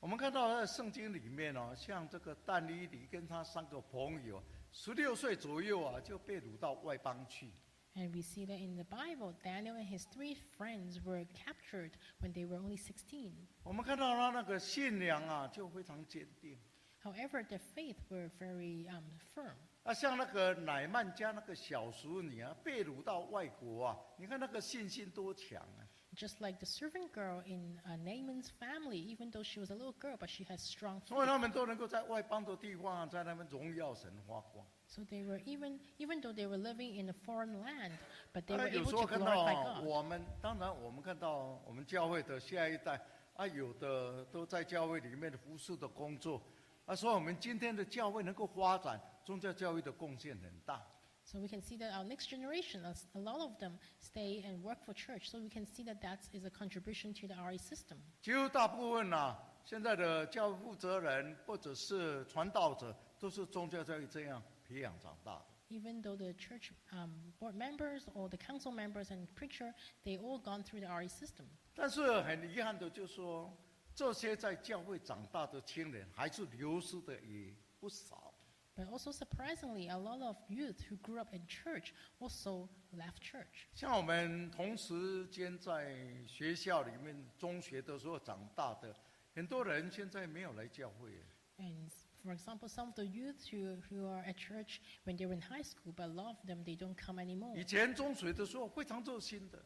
[SPEAKER 1] 我们看到在圣经里面哦，像这个但以理跟他三个朋友，十六岁左右啊就被掳到外邦去。
[SPEAKER 2] And we see that in the Bible, Daniel and his three friends were captured when they were only 16.
[SPEAKER 1] 我们看到他那个信仰啊就非常坚定。
[SPEAKER 2] However, their faith were very um, firm.
[SPEAKER 1] 啊，像那个乃曼家那个小淑女啊，被掳到外国啊，你看那个信心多强啊！
[SPEAKER 2] Just like the servant girl in uh, Naaman's family, even though she was a little girl, but she had strong
[SPEAKER 1] 所以
[SPEAKER 2] faith.
[SPEAKER 1] 他们都能够在外邦的地方、啊，在那边荣耀神发光。
[SPEAKER 2] So they were even, even though they were living in a foreign land, but they
[SPEAKER 1] 当
[SPEAKER 2] were
[SPEAKER 1] 然有
[SPEAKER 2] able
[SPEAKER 1] 时候
[SPEAKER 2] to
[SPEAKER 1] 看到
[SPEAKER 2] glorify
[SPEAKER 1] 啊
[SPEAKER 2] God.
[SPEAKER 1] 我们，当然我们看到我们教会的下一代啊，有的都在教会里面服侍的工作，啊，所以我们今天的教会能够发展，宗教教育的贡献很大。
[SPEAKER 2] So we can see that our next generation, a s- a lot of them stay and work for church. So we can see that that is a contribution to the RE system.
[SPEAKER 1] 几乎大部分呢、现在的教会负责人或者是传道者，都是宗教教育这样培养长大的。
[SPEAKER 2] Even though the church um, board members or the council members and preacher, they all gone through the RE system.
[SPEAKER 1] 但是很遗憾的，就是说这些在教会长大的青年，还是流失的也不少。
[SPEAKER 2] But also surprisingly, a lot of youth who grew up in church also left church.
[SPEAKER 1] 像我们同时间在学校里面中学的时候长大的，很多人现在没有来教会。
[SPEAKER 2] And s- for example, some of the youth who, who are at church when they were in high school, but a lot of them, they don't come anymore.
[SPEAKER 1] 以前中学的时候非常热心的，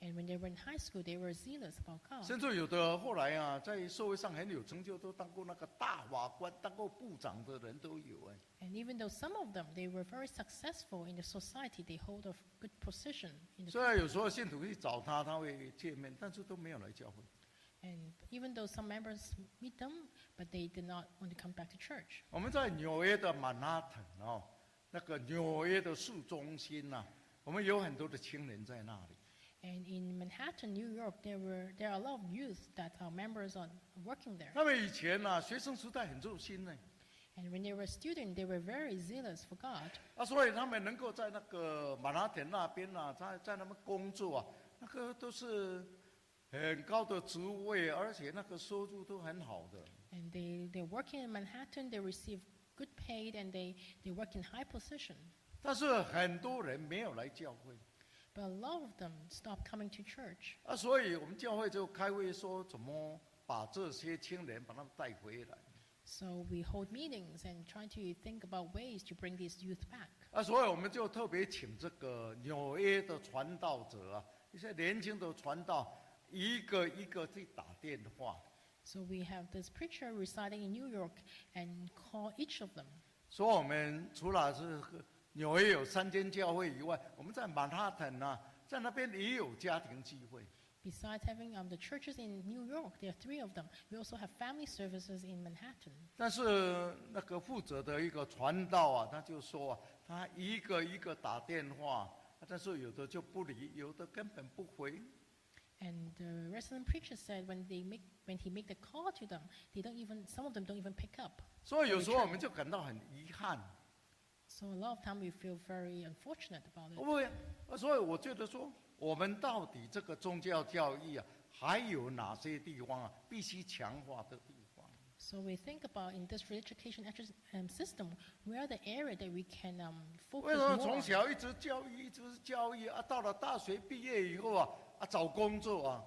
[SPEAKER 2] And when they were in high school, they were zealous about God.
[SPEAKER 1] 甚至有的后来啊，在社会上很有成就，都当过那个大法官、当过部长的人都有哎。
[SPEAKER 2] And even though some of them, they were very successful in the society, they hold a f- good position in the
[SPEAKER 1] 虽然有时候信徒去找他，他会见面，但是都没有来教会。
[SPEAKER 2] and even though some members meet them, but they did not want to come back to church.
[SPEAKER 1] 我们在纽约的曼哈顿哦，那个纽约的市中心呐、我们有很多的青年在那里。
[SPEAKER 2] And in Manhattan, New York, there were there are a lot of youth that are members are working there.
[SPEAKER 1] 他们以前呐、学生时代很热心呢，
[SPEAKER 2] And when they were a student, they were very zealous for God.
[SPEAKER 1] 啊，所以他们能够在那个曼哈顿那边呐、在在那边工作啊，那个都是很高的职位，而且那个收入都很好的。
[SPEAKER 2] And they, they're working in Manhattan, they receive good paid, and they, they work in high position.
[SPEAKER 1] 但是很多人没有来教会
[SPEAKER 2] But a lot of them stopped coming to church.
[SPEAKER 1] 啊，所以我们教会就开会说怎么把这些青年把他们带回来
[SPEAKER 2] So we hold meetings and try to think about ways to bring these youth back.
[SPEAKER 1] 啊，所以我们就特别请这个纽约的传道者啊，一些年轻的传道，一个一个去打电话，
[SPEAKER 2] So we have this preacher residing in New York and call each of them.
[SPEAKER 1] 说我们除了是纽约有三间教会以外，我们在曼哈顿啊，在那边也有家庭聚会。
[SPEAKER 2] Besides having um, the churches in New York, there are three of them. We also have family services in Manhattan.
[SPEAKER 1] 但是那个负责的一个传道啊，他就说啊，他一个一个打电话，但是有的就不理，有的根本不回。
[SPEAKER 2] And the resident preacher said when they make when he make the call to them, they don't even some of them don't even pick up.
[SPEAKER 1] 所以有时候我们就感到很遗憾。
[SPEAKER 2] So a lot of time we feel very unfortunate about it.
[SPEAKER 1] 我也，所以我觉得说，我们到底这个宗教教育啊，还有哪些地方啊，必须强化的地方？
[SPEAKER 2] So we think about in this re-education edu- um, system, where are the area that we can um,
[SPEAKER 1] 为
[SPEAKER 2] focus
[SPEAKER 1] 什么
[SPEAKER 2] more?
[SPEAKER 1] 从
[SPEAKER 2] on?
[SPEAKER 1] 小一直教育，一直是教育啊？到了大学毕业以后啊，啊找工作啊，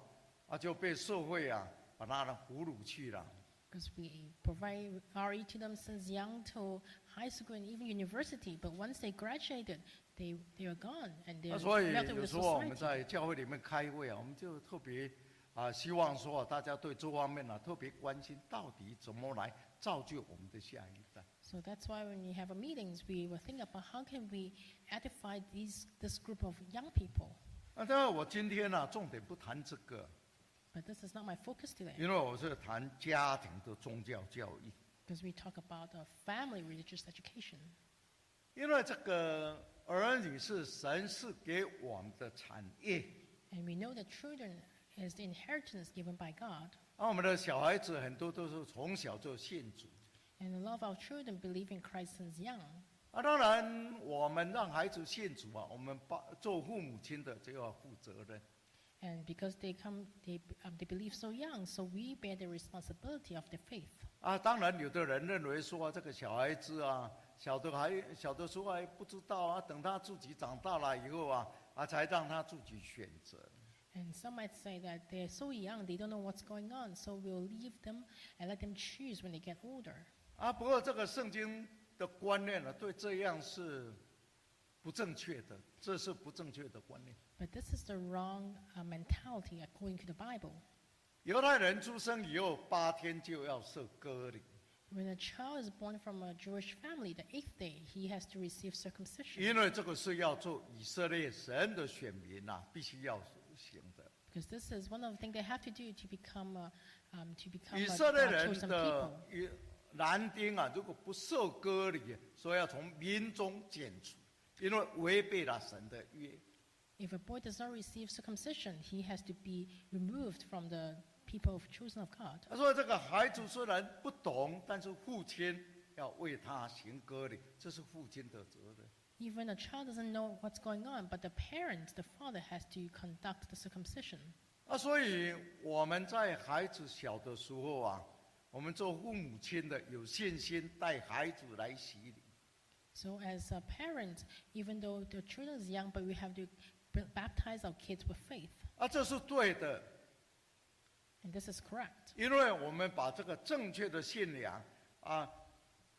[SPEAKER 1] 啊就被社会啊把他的俘虏去了。
[SPEAKER 2] Because we provide RE to them since young till high school and even university. But once they graduated, they, they are gone
[SPEAKER 1] 那
[SPEAKER 2] and they're
[SPEAKER 1] 啊所以
[SPEAKER 2] melted
[SPEAKER 1] 有
[SPEAKER 2] with
[SPEAKER 1] 时候我
[SPEAKER 2] society.
[SPEAKER 1] 们在教会里面开会啊，我们就特别啊，希望说、啊、大家对这方面呢、啊、特别关心，到底怎么来造就我们的下一代。
[SPEAKER 2] So that's why when we have our meetings, we will think about how can we edify these, this group of young people.
[SPEAKER 1] 啊，当然我今天呢、啊，重点不谈这个，
[SPEAKER 2] But this is not my focus today
[SPEAKER 1] 因为我是谈家庭的宗教教育。
[SPEAKER 2] because we talk about uh, family religious education.
[SPEAKER 1] 因为这个儿女是神是给我们的产业，
[SPEAKER 2] And we know that children is the inheritance given by God.
[SPEAKER 1] 而、我们的小孩子很多都是从小就信主。
[SPEAKER 2] And a lot of our children believe in Christ since young.
[SPEAKER 1] 啊，当然，我们让孩子信主啊，我们把做父母亲的就要负责任。
[SPEAKER 2] And because they come, they, b- um, they believe so young, so we bear the responsibility of the faith.
[SPEAKER 1] 啊，当然，有的人认为说、这个小孩子啊，小的还小的时候还不知道啊，等他自己长大了以后啊，啊，才让他自己选择。
[SPEAKER 2] And some might say that they're so young, they don't know what's going on, so we'll leave them and let them choose when they get older.
[SPEAKER 1] 啊，不过这个圣经的观念呢、对这样是不正确的，这是不正确的观念。
[SPEAKER 2] But this is the wrong uh, mentality according to the Bible.
[SPEAKER 1] 犹太人出生以后八天就要受割礼，
[SPEAKER 2] When a child is born from a Jewish family, the eighth day, he has to receive circumcision
[SPEAKER 1] 因为这个是要做以色列神的选民呐、必须要行的。
[SPEAKER 2] because this is one of the things they have to do to become a, um, to become
[SPEAKER 1] 以
[SPEAKER 2] a
[SPEAKER 1] 色列
[SPEAKER 2] God
[SPEAKER 1] 人
[SPEAKER 2] chosen people.
[SPEAKER 1] 的以男丁啊，如果不受割礼，说要从民中剪除，因为违背了神的约。
[SPEAKER 2] If a boy does not receive circumcision, he has to be removed from the people of chosen of God.
[SPEAKER 1] 他说这个孩子虽然不懂，但是父亲要为他行割礼，这是父亲的责任。
[SPEAKER 2] Even a child doesn't know what's going on, but the parent, the father, has to conduct the circumcision.
[SPEAKER 1] 啊，所以我们在孩子小的时候啊，我们做父母亲的有信心带孩子来洗礼。
[SPEAKER 2] So, as a parent, even though the children is young, but we have to b- baptize our kids with faith,
[SPEAKER 1] 啊，这是对的，
[SPEAKER 2] and this is correct
[SPEAKER 1] 因为我们把这个正确的信仰啊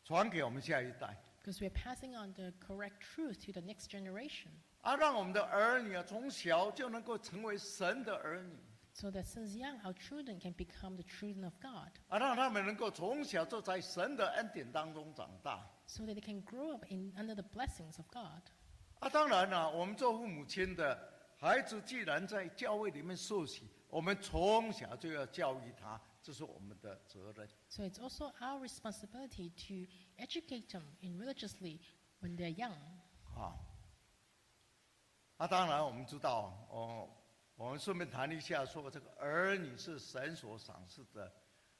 [SPEAKER 1] 传给我们下一代，
[SPEAKER 2] because we are passing on the correct truth to the next generation,
[SPEAKER 1] 啊，让我们的儿女啊从小就能够成为神的儿女，
[SPEAKER 2] so that since young, our children can become the children of God,
[SPEAKER 1] 啊，让他们能够从小就在神的恩典当中长大。
[SPEAKER 2] so that they can grow up in under the blessings of God.
[SPEAKER 1] 啊，当然了、我们做父母亲的孩子，既然在教会里面受洗，我们从小就要教育他，这是我们的责任。
[SPEAKER 2] So it's also our responsibility to educate them in religiously when they're young.
[SPEAKER 1] 啊，啊，当然我们知道，哦，我们顺便谈一下说，这个儿女是神所赏赐的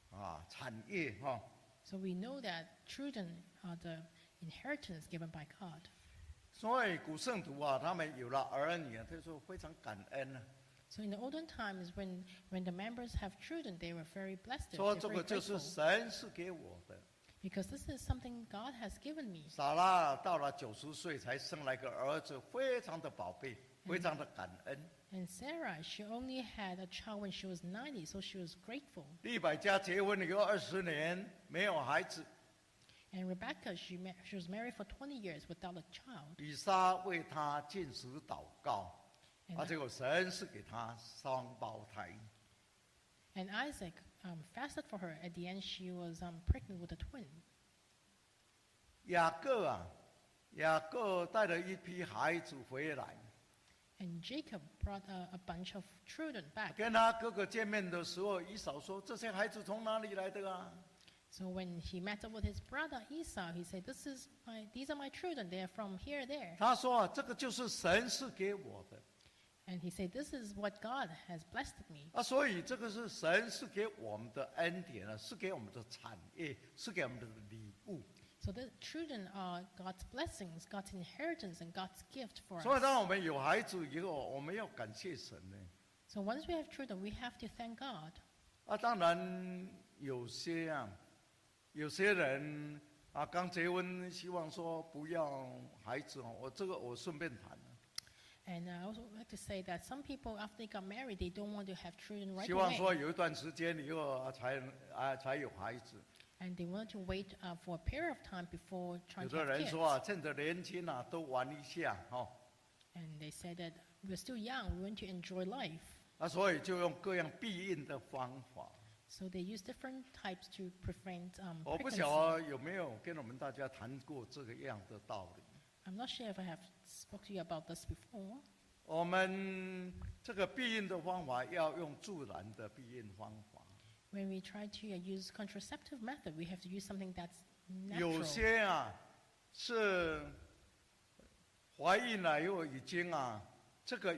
[SPEAKER 1] 啊产业哈、
[SPEAKER 2] So we know that children are the inheritance given by God.
[SPEAKER 1] 所以古圣徒啊，他们有了儿女啊，他说非常感恩啊，
[SPEAKER 2] So in the olden times, when, when the members have children, they were very blessed.
[SPEAKER 1] 说
[SPEAKER 2] they're
[SPEAKER 1] 这
[SPEAKER 2] very
[SPEAKER 1] 个就是
[SPEAKER 2] grateful,
[SPEAKER 1] 神赐给我的。
[SPEAKER 2] because this is something God has given me.
[SPEAKER 1] 撒拉啊到了九十岁才生了一个儿子，非常的宝贝，非常的感恩。
[SPEAKER 2] And Sarah, she only had a child when she was 90, so she was grateful.
[SPEAKER 1] 利百加结婚以后二十年没有孩子，
[SPEAKER 2] And Rebecca, she, ma- she was married for 20 years without a child.
[SPEAKER 1] 以撒为他进食祷告，
[SPEAKER 2] And,
[SPEAKER 1] 啊，结果神是给他双胞胎。
[SPEAKER 2] and Isaac um, fasted for her. At the end, she was um, pregnant with a twin.
[SPEAKER 1] 雅各啊，雅各带了一批孩子回来，
[SPEAKER 2] And Jacob brought a, a bunch of children back.
[SPEAKER 1] 跟他哥哥见面的时候，以嫂说：“这些孩子从哪里来的啊
[SPEAKER 2] So when he met up with his brother Esau, he said, "This is my, these are my children. They are from here, there."
[SPEAKER 1] 他说：“啊，这个就是神赐给我的
[SPEAKER 2] And he said, "This is what God has blessed me."
[SPEAKER 1] 啊，所以这个是神是给我们的恩典啊，是给我们的产业，是给我们的礼物。
[SPEAKER 2] So the children are God's blessings, God's inheritance, and God's gift for
[SPEAKER 1] 所以
[SPEAKER 2] us.
[SPEAKER 1] 当我们有孩子以后，我们要感谢神呢。
[SPEAKER 2] So once we have children, we have to thank God.
[SPEAKER 1] 啊，当然有些啊，有些人啊刚结婚，希望说不要孩子哦，我这个我顺便谈啊，
[SPEAKER 2] And I also like to say that some people, after they got married, they don't want to have children right
[SPEAKER 1] 希望
[SPEAKER 2] away,
[SPEAKER 1] 说有一段时间以后啊才能啊才有孩子。
[SPEAKER 2] and they want to wait uh, for a period of time before
[SPEAKER 1] 有
[SPEAKER 2] trying to
[SPEAKER 1] 的
[SPEAKER 2] have
[SPEAKER 1] 人
[SPEAKER 2] kids.
[SPEAKER 1] 说啊，趁着年轻啊，都玩一下哦，
[SPEAKER 2] And they said that we're still young, we want to enjoy life.
[SPEAKER 1] 啊，所以就用各样避孕的方法。
[SPEAKER 2] So they use different types to prevent um,
[SPEAKER 1] 我不
[SPEAKER 2] pregnancy.
[SPEAKER 1] 晓得有没有跟我们大家谈过这个样的道理。
[SPEAKER 2] I'm not sure if I have spoke to you about this before.
[SPEAKER 1] 我们这个避孕的方法要用自然的避孕方法。
[SPEAKER 2] When we try to uh, use contraceptive method, we have to use something that's
[SPEAKER 1] 有
[SPEAKER 2] natural.
[SPEAKER 1] 些啊是怀孕了以后已经啊这个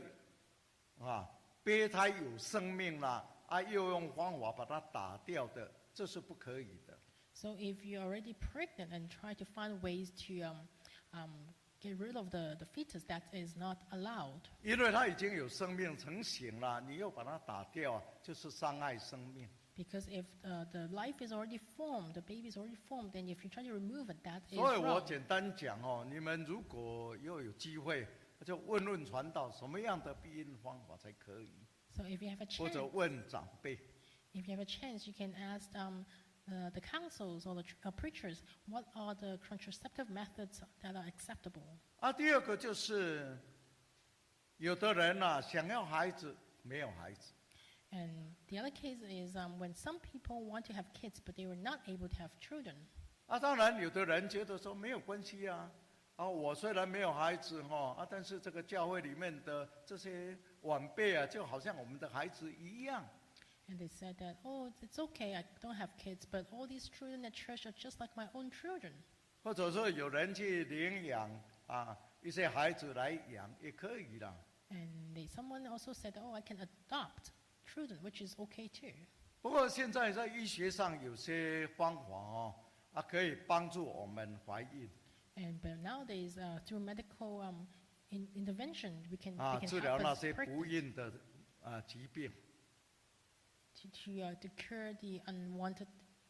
[SPEAKER 1] 啊胚胎有生命了啊，又用方法把它打掉的，这是不可以的。
[SPEAKER 2] So if you're already pregnant and try to find ways to um, um, get rid of the, the fetus, that is not allowed
[SPEAKER 1] 因为它已经有生命成型了，你又把它打掉，就是伤害生命。
[SPEAKER 2] because if uh, the life is already formed, the baby is already formed, then if you try to remove it, that is
[SPEAKER 1] 所以我
[SPEAKER 2] wrong.
[SPEAKER 1] 简单讲哦，你们如果又有机会，就问问传道什么样的避孕方法才可以，
[SPEAKER 2] So if you have a
[SPEAKER 1] 或
[SPEAKER 2] chance,
[SPEAKER 1] 者问长辈。
[SPEAKER 2] If you have a chance, you can ask um, the, the councils or the tr- uh, preachers what are the contraceptive methods that are acceptable.
[SPEAKER 1] 啊，第二个就是，有的人呐、想要孩子没有孩子，
[SPEAKER 2] And the other case is um, when some people want to have kids, but they were not able to have children.
[SPEAKER 1] 啊，当然有的人觉得说没有关系啊，啊，我虽然没有孩子哈、啊，但是这个教会里面的这些晚辈啊，就好像我们的孩子一样，
[SPEAKER 2] And they said that, oh, it's- it's okay, I don't have kids, but all these children at church are just like my own children.
[SPEAKER 1] 或者说有人去领养啊一些孩子来养也可以啦。
[SPEAKER 2] And they, someone also said, oh, I can adopt children, which is okay too.
[SPEAKER 1] 不过现在在医学上有些方法哦，啊可以帮助我们怀孕
[SPEAKER 2] And but nowadays, uh, through medical um, in, intervention, we can,
[SPEAKER 1] 啊
[SPEAKER 2] they
[SPEAKER 1] 治
[SPEAKER 2] can
[SPEAKER 1] 疗
[SPEAKER 2] help
[SPEAKER 1] 那
[SPEAKER 2] us
[SPEAKER 1] 些
[SPEAKER 2] preg-
[SPEAKER 1] 不孕的啊疾病
[SPEAKER 2] to, to, uh, to cure the unwanted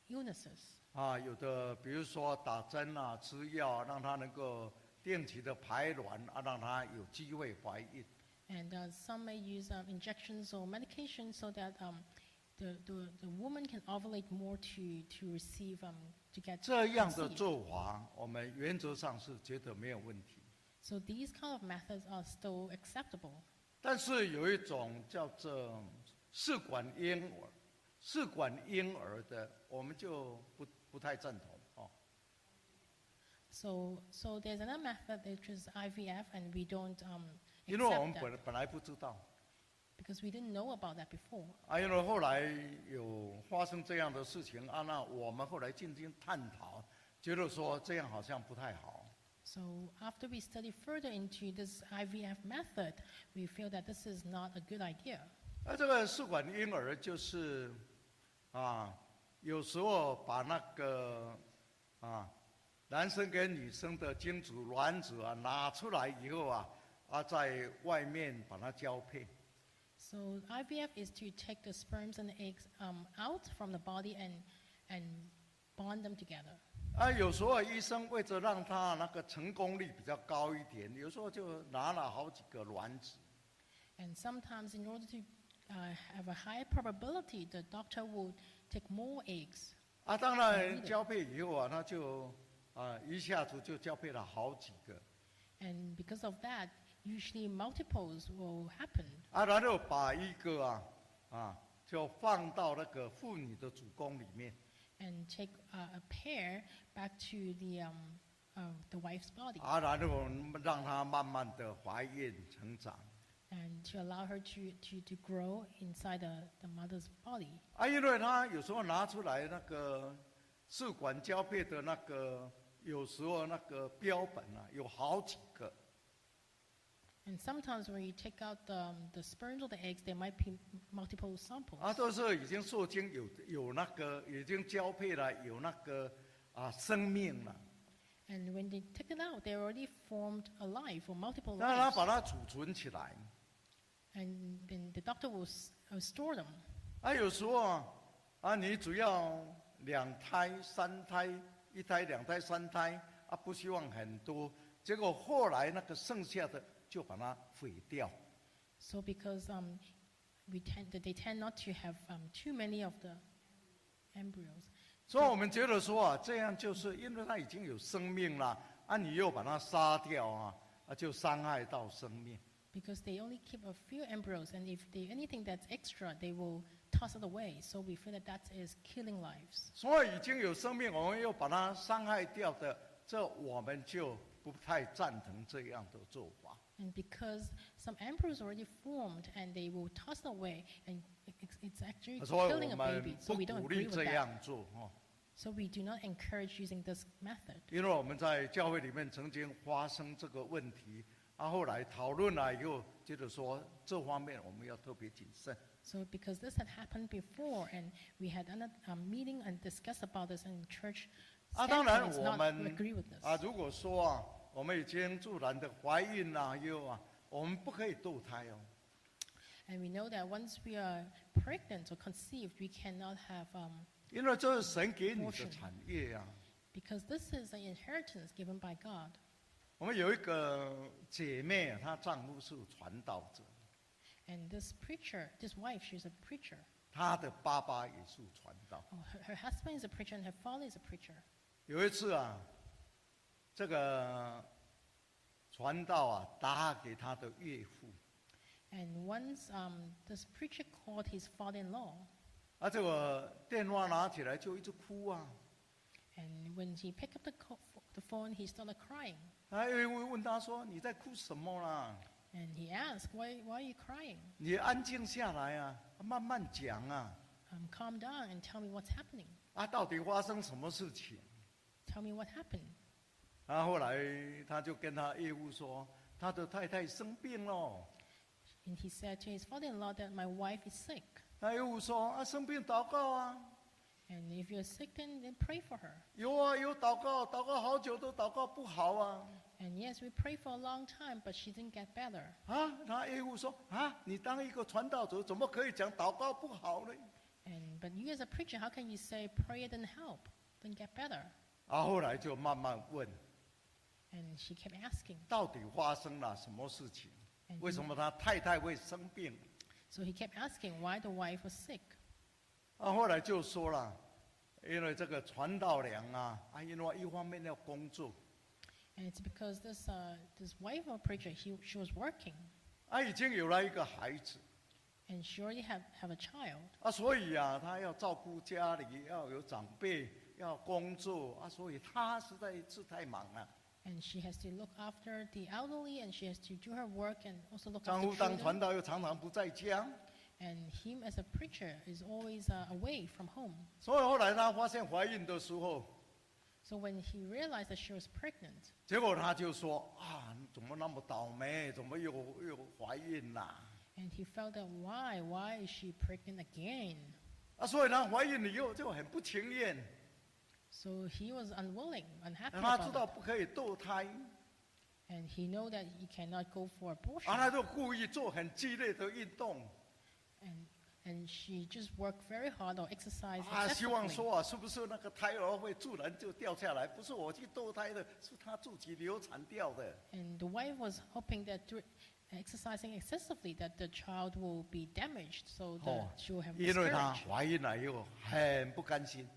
[SPEAKER 2] illnesses.
[SPEAKER 1] 啊，有的比如说打针啊、吃药啊，让她能够定期的排卵啊，让她有机会怀孕。
[SPEAKER 2] And uh, some may use um, injections or medication so that um, the, the, the woman can ovulate more to, to receive, um, to get
[SPEAKER 1] 这样的
[SPEAKER 2] conceived.
[SPEAKER 1] 做法，我们原则上是觉得没有问题。
[SPEAKER 2] So these kind of methods are still acceptable.
[SPEAKER 1] 但是有一种叫做试管婴儿，试管婴儿的，我们就不不太赞同哦。
[SPEAKER 2] So, so there's another method which is IVF, and we don't um,
[SPEAKER 1] 因为我们
[SPEAKER 2] accept that
[SPEAKER 1] 本本来不知道，
[SPEAKER 2] because we didn't know about that before.
[SPEAKER 1] 啊，因为后来有发生这样的事情啊，那我们后来进行探讨，觉得说这样好像不太好。
[SPEAKER 2] So after we study further into this IVF method, we feel that this is not a good idea.
[SPEAKER 1] 那这个试管婴儿就是，啊，有时候把那个啊，男生跟女生的精子、卵子啊拿出来以后啊，啊，在外面把它交配，
[SPEAKER 2] So IVF is to take the sperms and eggs um, out from the body and and bond them together.
[SPEAKER 1] 啊，有时候医生为着让他那个成功率比较高一点，有时候就拿了好几个卵子，
[SPEAKER 2] And sometimes, in order to uh, have a high probability, the doctor will take more eggs.
[SPEAKER 1] 啊，当然交配以后啊，他就啊一下子就交配了好几个，
[SPEAKER 2] And because of that, usually multiples will happen.
[SPEAKER 1] 啊，然后把一个啊啊，就放到那个妇女的子宫里面，
[SPEAKER 2] And take uh, a pair back to the um, uh, the wife's body.
[SPEAKER 1] 啊，然后让她慢慢的怀孕成长。
[SPEAKER 2] and to allow her to, to, to grow inside the, the mother's body.
[SPEAKER 1] 啊，因为她有时候拿出来那个试管交配的那个，有时候那个标本啊，有好几个，
[SPEAKER 2] And sometimes when you take out the, um, the sperms or the eggs, there might be m- multiple samples.
[SPEAKER 1] 啊，都是已经受精有有那个已经交配了，有那个啊生命了。
[SPEAKER 2] And when they take it out, they already formed a life or multiple
[SPEAKER 1] 那他
[SPEAKER 2] lives.
[SPEAKER 1] 把它储存起来。
[SPEAKER 2] And then the doctor will, s- will store them.
[SPEAKER 1] 啊，有时候啊，啊，你只要两胎、三胎、一胎、两胎、三胎，啊，不希望很多，结果后来那个剩下的就把它毁掉，
[SPEAKER 2] So because um, we tend, they tend not to have um, too many of the embryos.
[SPEAKER 1] 所以我们觉得说啊，这样就是因为它已经有生命了，啊，你又把它杀掉啊，啊，就伤害到生命。
[SPEAKER 2] Because they only keep a few embryos, and if they, anything that's extra, they will toss it away. So we feel that that is killing lives.
[SPEAKER 1] 所以已经有生命，我们又把它伤害掉的，这我们就不太赞成这样的做法。
[SPEAKER 2] And because some embryos already formed and they will toss away, and it's, it's actually
[SPEAKER 1] 所以
[SPEAKER 2] killing
[SPEAKER 1] 我
[SPEAKER 2] a
[SPEAKER 1] 们
[SPEAKER 2] baby, so
[SPEAKER 1] 不
[SPEAKER 2] we don't
[SPEAKER 1] 鼓励
[SPEAKER 2] agree
[SPEAKER 1] 这
[SPEAKER 2] with that.
[SPEAKER 1] 样做哦。
[SPEAKER 2] So we do not encourage using this method.
[SPEAKER 1] 因为我们在教会里面曾经发生这个问题，啊，后来讨论啊了以后，接着说这方面我们要特别谨慎。
[SPEAKER 2] So because this had happened before, and we had a um, meeting and discussed about this, and church
[SPEAKER 1] 啊，当
[SPEAKER 2] standpoint
[SPEAKER 1] 然
[SPEAKER 2] is
[SPEAKER 1] 我
[SPEAKER 2] not
[SPEAKER 1] 们
[SPEAKER 2] agree with this.
[SPEAKER 1] 啊，如果说啊，我们已经自然的怀孕了以后啊，我们不可以堕胎哦，
[SPEAKER 2] And we know that once we are pregnant or conceived, we cannot have, um,
[SPEAKER 1] 因为这是神给你的
[SPEAKER 2] Abortion
[SPEAKER 1] 产业啊。
[SPEAKER 2] because this is an inheritance given by God.
[SPEAKER 1] 我们有一个姐妹啊，她丈夫是传道者，
[SPEAKER 2] And this preacher, this wife, she's a preacher.
[SPEAKER 1] 她的爸爸也是传道。
[SPEAKER 2] Oh, her, her husband is a preacher and her father is a preacher.
[SPEAKER 1] 有一次啊，这个传道啊打给他的岳父。
[SPEAKER 2] And once um, this preacher called his father in law,
[SPEAKER 1] 啊，这个电话拿起来就一直哭啊。
[SPEAKER 2] and when he picked up the, co- the phone, he started crying.
[SPEAKER 1] 啊，因为我问他说：“你在哭什么啦？
[SPEAKER 2] And he asked, Why, why are you crying?
[SPEAKER 1] 你安静下来啊，慢慢讲啊。
[SPEAKER 2] um, calm down and tell me what's happening.
[SPEAKER 1] 啊，到底发生什么事情？
[SPEAKER 2] Tell me what happened.
[SPEAKER 1] 啊，后来他就跟他业务说，他的太太生病了。
[SPEAKER 2] And he said to his father in law that my wife is sick.
[SPEAKER 1] 那业务说啊，生病祷告啊，
[SPEAKER 2] And if you're sick, then, then pray for her.
[SPEAKER 1] 有啊有祷告，祷告好久都祷告不好啊。
[SPEAKER 2] And yes, we prayed for a long time, but she didn't get better.
[SPEAKER 1] 啊，那业务说啊，你当一个传道者，怎么可以讲祷告不好呢？
[SPEAKER 2] And but you as a preacher, how can you say prayer didn't help, didn't get better?
[SPEAKER 1] 啊，后来就慢慢问，
[SPEAKER 2] And she kept asking.
[SPEAKER 1] 到底发生了什么事情？
[SPEAKER 2] And
[SPEAKER 1] 为
[SPEAKER 2] he-
[SPEAKER 1] 什么他太太会生病？
[SPEAKER 2] so he kept asking why the wife was sick.
[SPEAKER 1] 啊，后来就说了，因为这个传道娘啊，啊，因为一方面要工作，
[SPEAKER 2] And it's because this uh, this wife of a preacher, he, she was working,
[SPEAKER 1] 啊，已经有了一个孩子，
[SPEAKER 2] and she already have, have a child.
[SPEAKER 1] 啊，所以啊，他要照顾家里，要有长辈，要工作，啊，所以他实在是太忙了。
[SPEAKER 2] And she has to look after the elderly, and she has to do her work, and also look
[SPEAKER 1] 丈夫
[SPEAKER 2] after
[SPEAKER 1] 当
[SPEAKER 2] children.
[SPEAKER 1] 传道又常常不在家，
[SPEAKER 2] And him as a preacher is always uh, away from home.
[SPEAKER 1] 所以后来他发现怀孕的时候，
[SPEAKER 2] So when he realized that she was pregnant,
[SPEAKER 1] 结果他就说啊，你怎么那么倒霉？怎么又又怀孕啦、啊？
[SPEAKER 2] and he felt that why, why is she pregnant again?
[SPEAKER 1] 啊所以她怀孕了以后就很不情愿，
[SPEAKER 2] So he was unwilling, unhappy
[SPEAKER 1] 他知
[SPEAKER 2] about
[SPEAKER 1] 道
[SPEAKER 2] it,
[SPEAKER 1] 不可以堕胎，
[SPEAKER 2] and he know that he cannot go for abortion.
[SPEAKER 1] 啊，他就故意做很激烈的运动，
[SPEAKER 2] And and she just worked very hard or exercised
[SPEAKER 1] 啊，希望
[SPEAKER 2] excessively.
[SPEAKER 1] 说啊，是不是那个胎儿会自然就掉下来？不是我去堕胎的，是他自己流产掉的。
[SPEAKER 2] And the wife was hoping that through exercising excessively that the child will be damaged, so that
[SPEAKER 1] Oh,
[SPEAKER 2] she will have
[SPEAKER 1] 因为她
[SPEAKER 2] miscarriage.
[SPEAKER 1] 怀孕了以后很不甘心，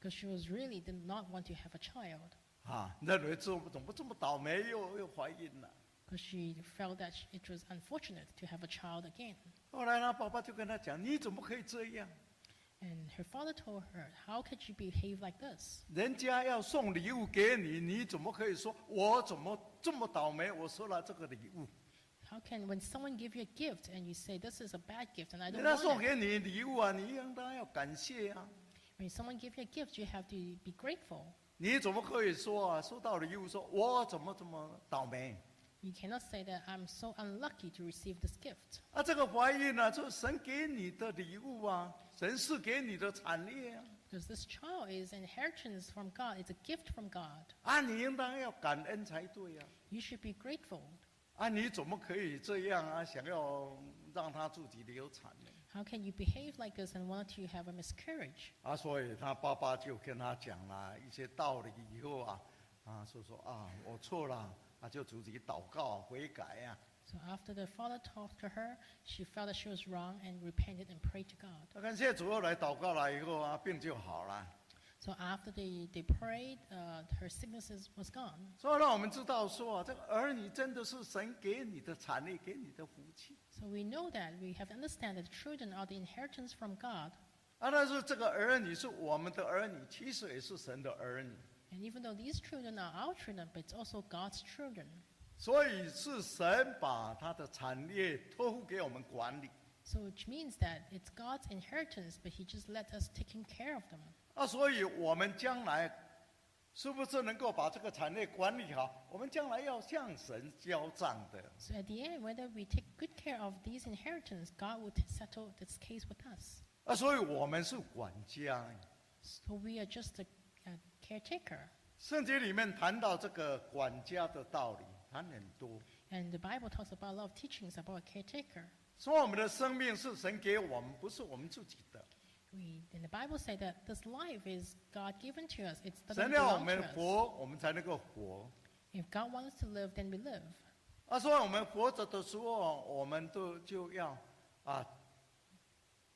[SPEAKER 2] Because she was really did not want to have a child.
[SPEAKER 1] 啊，认为这怎么这么倒霉又又怀孕了。
[SPEAKER 2] Because she felt that sh- it was unfortunate to have a child again.
[SPEAKER 1] 后来呢，爸爸就跟他讲：“你怎么可以这样？
[SPEAKER 2] And her father told her, How could you behave like this?
[SPEAKER 1] 人家要送礼物给你，你怎么可以说我怎么这么倒霉？我收了这个礼物。”
[SPEAKER 2] How can, when someone give you a gift and you say, This is a bad gift and I
[SPEAKER 1] 人
[SPEAKER 2] don't
[SPEAKER 1] 家送
[SPEAKER 2] want it.
[SPEAKER 1] 给你礼物啊，你应当要感谢啊。
[SPEAKER 2] When someone give you a gift, you have to be grateful.
[SPEAKER 1] 你怎么可以说啊？收到礼物说我怎么这么倒霉？
[SPEAKER 2] You cannot say that I'm so unlucky to receive this gift.
[SPEAKER 1] 啊，这个怀孕呢、啊，这是神给你的礼物啊，神是给你的产业啊，
[SPEAKER 2] Because this child is inheritance from God, it's a gift from God.
[SPEAKER 1] 啊，你应当要感恩才对啊。
[SPEAKER 2] You should be grateful.
[SPEAKER 1] 啊，你怎么可以这样啊？想要让他自己流产呢？
[SPEAKER 2] How can you behave like this and want to have a miscarriage?
[SPEAKER 1] 啊，所以他爸爸就跟他讲了一些道理以后啊，啊，就说啊，我错了，啊，就自己祷告悔改啊。
[SPEAKER 2] So after the father talked to her, she felt that she was wrong and repented and prayed to God.
[SPEAKER 1] 他啊感谢主后来祷告了以后啊，病就好了。
[SPEAKER 2] So after they, they prayed, uh, her sicknesses was gone.
[SPEAKER 1] 所以让我们知道说啊，这个儿女真的是神给你的产业，给你的福气。
[SPEAKER 2] So we know that we have to understand that children are the inheritance from God,
[SPEAKER 1] 啊，但是这个儿女是我们的儿女，其实也是神的儿女，
[SPEAKER 2] and even though these children are our children, but it's also God's children.
[SPEAKER 1] 所以是神把他的产业托付给我们管理。
[SPEAKER 2] So which means that it's God's inheritance, but He just let us taking care of them.
[SPEAKER 1] 啊，所以我们将来是不是能够把这个产业管理好？我们将来要向神交账的。
[SPEAKER 2] So at the end, whether we take good care of these inheritance, God will t- settle this case with us.
[SPEAKER 1] 啊，所以我们是管家。
[SPEAKER 2] So we are just a, a caretaker.
[SPEAKER 1] 圣经里面谈到这个管家的道理，谈很多。
[SPEAKER 2] And the Bible talks about a lot of teachings about a caretaker.
[SPEAKER 1] 说我们的生命是神给我们，不是我们自己的。
[SPEAKER 2] We, and the Bible says that this life is God given to us. It's doesn't
[SPEAKER 1] 神要我
[SPEAKER 2] belong to
[SPEAKER 1] 们
[SPEAKER 2] us.
[SPEAKER 1] 活，我们才能够活。
[SPEAKER 2] If God wants us to live, then we live.
[SPEAKER 1] 啊，所以我们活着的时候，我们都就要啊，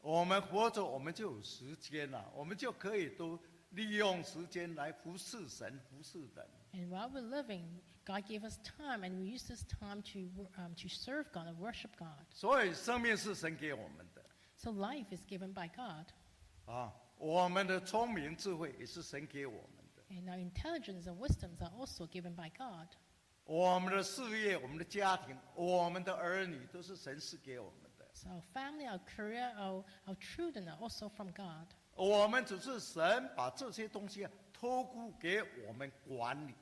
[SPEAKER 1] 我们活着，我们就有时间了、我们就可以都利用时间来服侍神、服侍人。
[SPEAKER 2] And while we're living, God gave us time, and we use this time to wor- um, to serve God and worship God.
[SPEAKER 1] 所以，生命是神给我们的
[SPEAKER 2] So life is given by God,
[SPEAKER 1] 啊，我们的聪明智慧也是神给我们的，
[SPEAKER 2] and our intelligence and wisdoms are also given by God.
[SPEAKER 1] 我们的事业、我们的家庭、我们的儿女都是神赐给我们的。
[SPEAKER 2] So our family, our career, our, our children are also from God.
[SPEAKER 1] 我们只是神把这些东西啊托付给我们管理。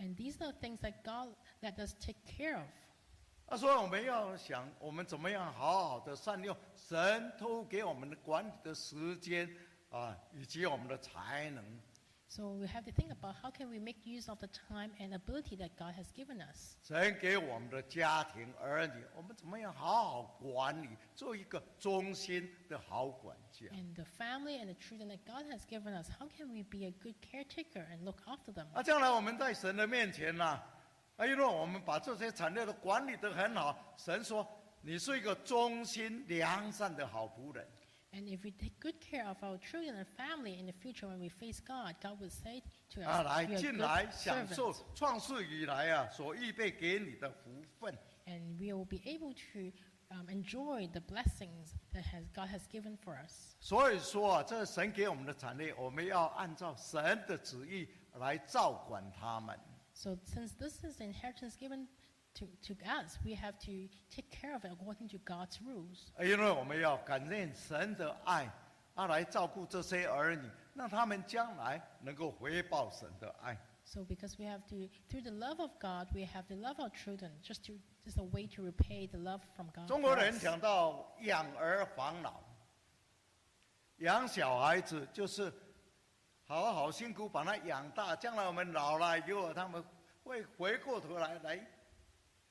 [SPEAKER 2] And these are things that God let us take care of.
[SPEAKER 1] 啊，所以我们要想，我们怎么样好好的善用神托付给我们的管理的时间啊，以及我们的才能。
[SPEAKER 2] So we have to think about how can we make use of the time and ability that God has given us.
[SPEAKER 1] 神给我们的家庭儿女，我们怎么样好好管理，做一个忠心的好管家。
[SPEAKER 2] And the family and the children that God has given us, how can we be a good caretaker and look after them?
[SPEAKER 1] 啊，将来我们在神的面前呢、啊，因为我们把这些产业都管理得很好，神说你是一个忠心良善的好仆人。
[SPEAKER 2] And if we take good care of our children and family in the future when we face God, God will say to
[SPEAKER 1] 啊，来
[SPEAKER 2] us, "You are
[SPEAKER 1] 进
[SPEAKER 2] good
[SPEAKER 1] 来享受
[SPEAKER 2] servants."
[SPEAKER 1] 创世以来啊所预备给你的福分。
[SPEAKER 2] And we will be able to um, enjoy the blessings that has, God has given for us.
[SPEAKER 1] 所以说啊，这是神给我们的产业，我们要按照神的旨意来照管他们。
[SPEAKER 2] So since this is the inheritance given to, to us, we have to take care of it according to God's rules.
[SPEAKER 1] 哎因为我们要感念神的爱，啊，来照顾这些儿女，让他们将来能够回报神的爱。
[SPEAKER 2] So because we have to, through the love of God, we have to love our children just to, just a way to repay the love from God.
[SPEAKER 1] 中国
[SPEAKER 2] for
[SPEAKER 1] 人
[SPEAKER 2] us.
[SPEAKER 1] 讲到养儿防老，养小孩子就是好好辛苦把他养大，将来我们老了以后，他们会回过头来来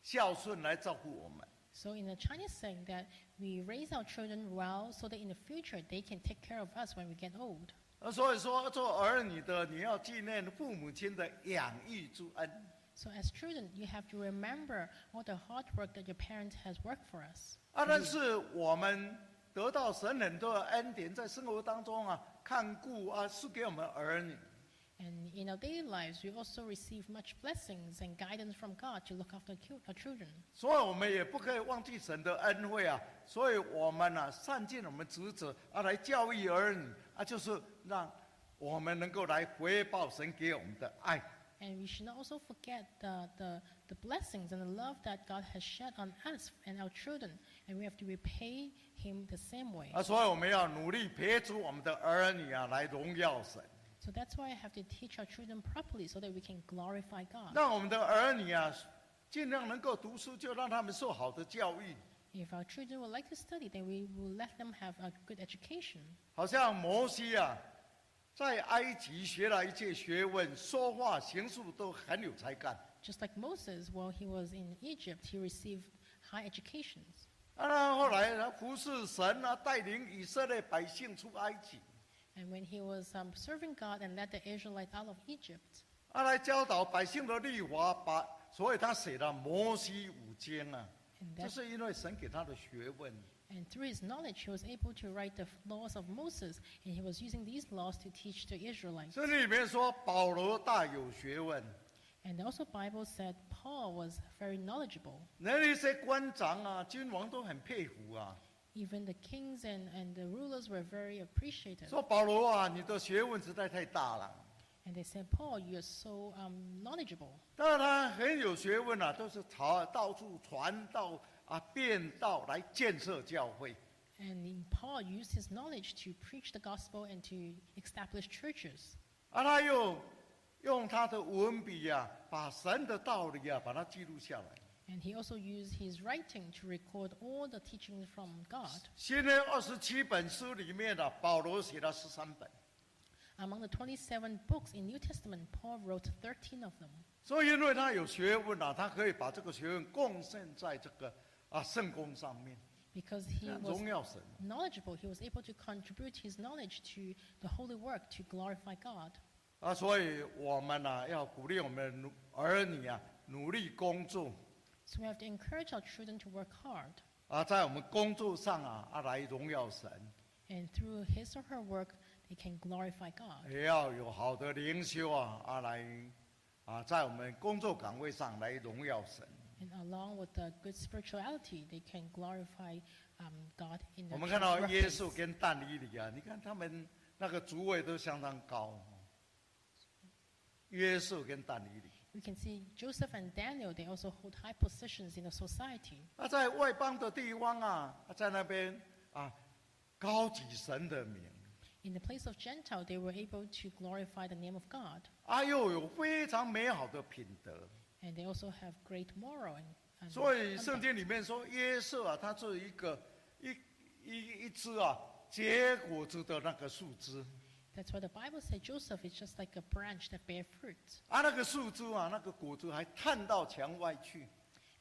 [SPEAKER 1] 孝顺来照顾我们。
[SPEAKER 2] So in the Chinese saying that we raise our children well so that in the future they can take care of us when we get old.
[SPEAKER 1] 呃，所以说做儿女的，你要纪念父母亲的养育之恩。
[SPEAKER 2] So as children, you have to remember all the hard work that your parents has worked for us.
[SPEAKER 1] 啊，但是我们得到神很多的恩典，在生活当中啊，看顾啊，是给我们儿女。
[SPEAKER 2] And in our daily lives, we also receive much blessings and guidance from God to look after chil- our children.
[SPEAKER 1] 所以我们也不可以忘记神的恩惠啊！所以我们啊，善尽我们职责啊，来教育儿女啊，就是让我们能够来回报神给我们的爱。
[SPEAKER 2] And we should not also forget the, the, the blessings and the love that God has shed on us and our children. And we have to repay Him the same way.
[SPEAKER 1] 啊，所以我们要努力培植我们的儿女啊，来荣耀神，
[SPEAKER 2] So that's why I have to teach our children properly so that we can glorify God.
[SPEAKER 1] 让我们的儿女啊，尽量能够读书，就让他们受好的教育。
[SPEAKER 2] If our children would like to study, then we will let them have a good education.
[SPEAKER 1] 好像摩西啊，在埃及学了一切学问，说话行事都很有才干。
[SPEAKER 2] Just like Moses, while he was in Egypt, he received high educations.
[SPEAKER 1] 啊，那后来他服侍神啊，带领以色列百姓出埃及，
[SPEAKER 2] And when he was um, serving God and led the Israelites out of Egypt,
[SPEAKER 1] 啊，来教导百姓的律法，把所以他写了《摩西五经》啊，
[SPEAKER 2] and,
[SPEAKER 1] 这
[SPEAKER 2] that,
[SPEAKER 1] 是因为神给他的学问。
[SPEAKER 2] and through his knowledge, he was able to write the laws of Moses, and he was using these laws to teach the Israelites.
[SPEAKER 1] 这里面说保罗大有学问，
[SPEAKER 2] And also, Bible said Paul was very knowledgeable.
[SPEAKER 1] 那那些官长啊、君王都很佩服啊，
[SPEAKER 2] Even the kings and, and the rulers were very appreciative.
[SPEAKER 1] 说保罗啊，你的学问实在太大了。
[SPEAKER 2] And they said, Paul, you're so um, knowledgeable.
[SPEAKER 1] 当然他很有学问啊，都是朝到处传道啊、变道来建设教会。
[SPEAKER 2] And in Paul used his knowledge to preach the gospel and to establish churches.
[SPEAKER 1] 啊，他又用他的文笔啊，把神的道理啊，把它记录下来。
[SPEAKER 2] And he also used his writing to record all the teachings from God.
[SPEAKER 1] 新约二十七本书里面啊，保罗写了十三本，
[SPEAKER 2] Among the 27 books in New Testament, Paul wrote 13 of them.
[SPEAKER 1] 所以因为他有学问啊，他可以把这个学问贡献在这个啊圣功上面，
[SPEAKER 2] Because he was
[SPEAKER 1] 荣耀神。
[SPEAKER 2] knowledgeable, he was able to contribute his knowledge to the holy work to glorify God.
[SPEAKER 1] 啊，所以我们呢、啊，要鼓励我们努儿女啊，努力工作。
[SPEAKER 2] So we have to encourage our children to work hard.
[SPEAKER 1] 啊，在我们工作上啊，啊来荣耀神，
[SPEAKER 2] And through his or her work, they can glorify God.
[SPEAKER 1] 也要有好的灵修啊，啊来，啊在我们工作岗位上来荣耀神。
[SPEAKER 2] And along with the good spirituality, they can glorify um, God in
[SPEAKER 1] 我
[SPEAKER 2] their
[SPEAKER 1] 们看到
[SPEAKER 2] church
[SPEAKER 1] 耶
[SPEAKER 2] workplace.
[SPEAKER 1] 稣跟但以理啊，你看他们那个职位都相当高。耶稣跟但以理，
[SPEAKER 2] We can see Joseph and Daniel, they also hold high positions in the society.
[SPEAKER 1] 那啊在外邦的地方啊，在那边啊，高举神的名，
[SPEAKER 2] In the place of Gentile, they were able to glorify the name of God,
[SPEAKER 1] 啊，又有非常美好的品德。
[SPEAKER 2] and they also have great moral and, and
[SPEAKER 1] 所以
[SPEAKER 2] conduct.
[SPEAKER 1] 圣经里面说，约瑟啊，他是一个一一一只啊结果子的那个树枝
[SPEAKER 2] That's why the Bible says Joseph is just like a branch that bear fruit,
[SPEAKER 1] 啊，那个树枝啊，那个果子还探到墙外去。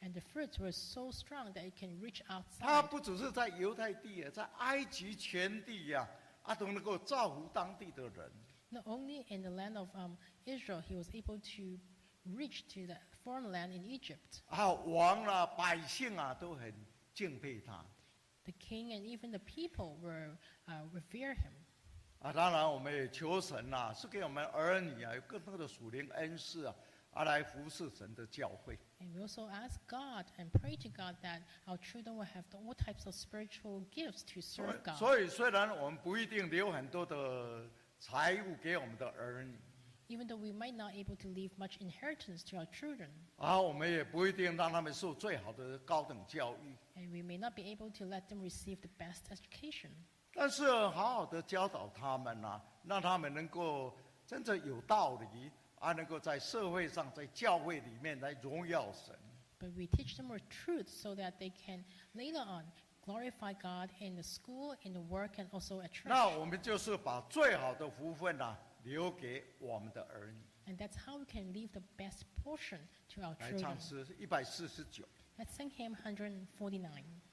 [SPEAKER 2] and the fruits were so strong that it can reach
[SPEAKER 1] 他
[SPEAKER 2] outside.
[SPEAKER 1] 不只是在犹太地啊，在埃及全地呀、啊，啊都能够造福当地的人。
[SPEAKER 2] Not only in the land of um, Israel, he was able to reach to the foreign land in Egypt.
[SPEAKER 1] 啊，王啊，百姓啊，都很敬佩他。
[SPEAKER 2] The king and even the people were uh, revere him.
[SPEAKER 1] 啊，当然我们也求神呐、是给我们儿女啊有更多的属灵恩赐啊，啊来服侍神的教会。
[SPEAKER 2] And we also ask God and pray to God that our children will have the- all types of spiritual gifts
[SPEAKER 1] 所以
[SPEAKER 2] to serve God.
[SPEAKER 1] 所以虽然我们不一定留很多的财物给我们的儿女，
[SPEAKER 2] Even though we might not able to leave much inheritance to our children,
[SPEAKER 1] 啊，我们也不一定让他们受最好的高等教育，
[SPEAKER 2] and we may not be able to let them receive the best education,
[SPEAKER 1] 但是好好的教导他们呐、让他们能够真正有道理啊，能够在社会上、在教会里面来荣耀神。
[SPEAKER 2] but we teach them our truth so that they can later on glorify God in the school, in the work, and also at church.
[SPEAKER 1] 那我们就是把最好的福分呐、留给我们的儿女。
[SPEAKER 2] And that's how we can leave the best portion to our
[SPEAKER 1] 来
[SPEAKER 2] children.
[SPEAKER 1] 唱诗一百四十九。
[SPEAKER 2] Let's sing hymn 149.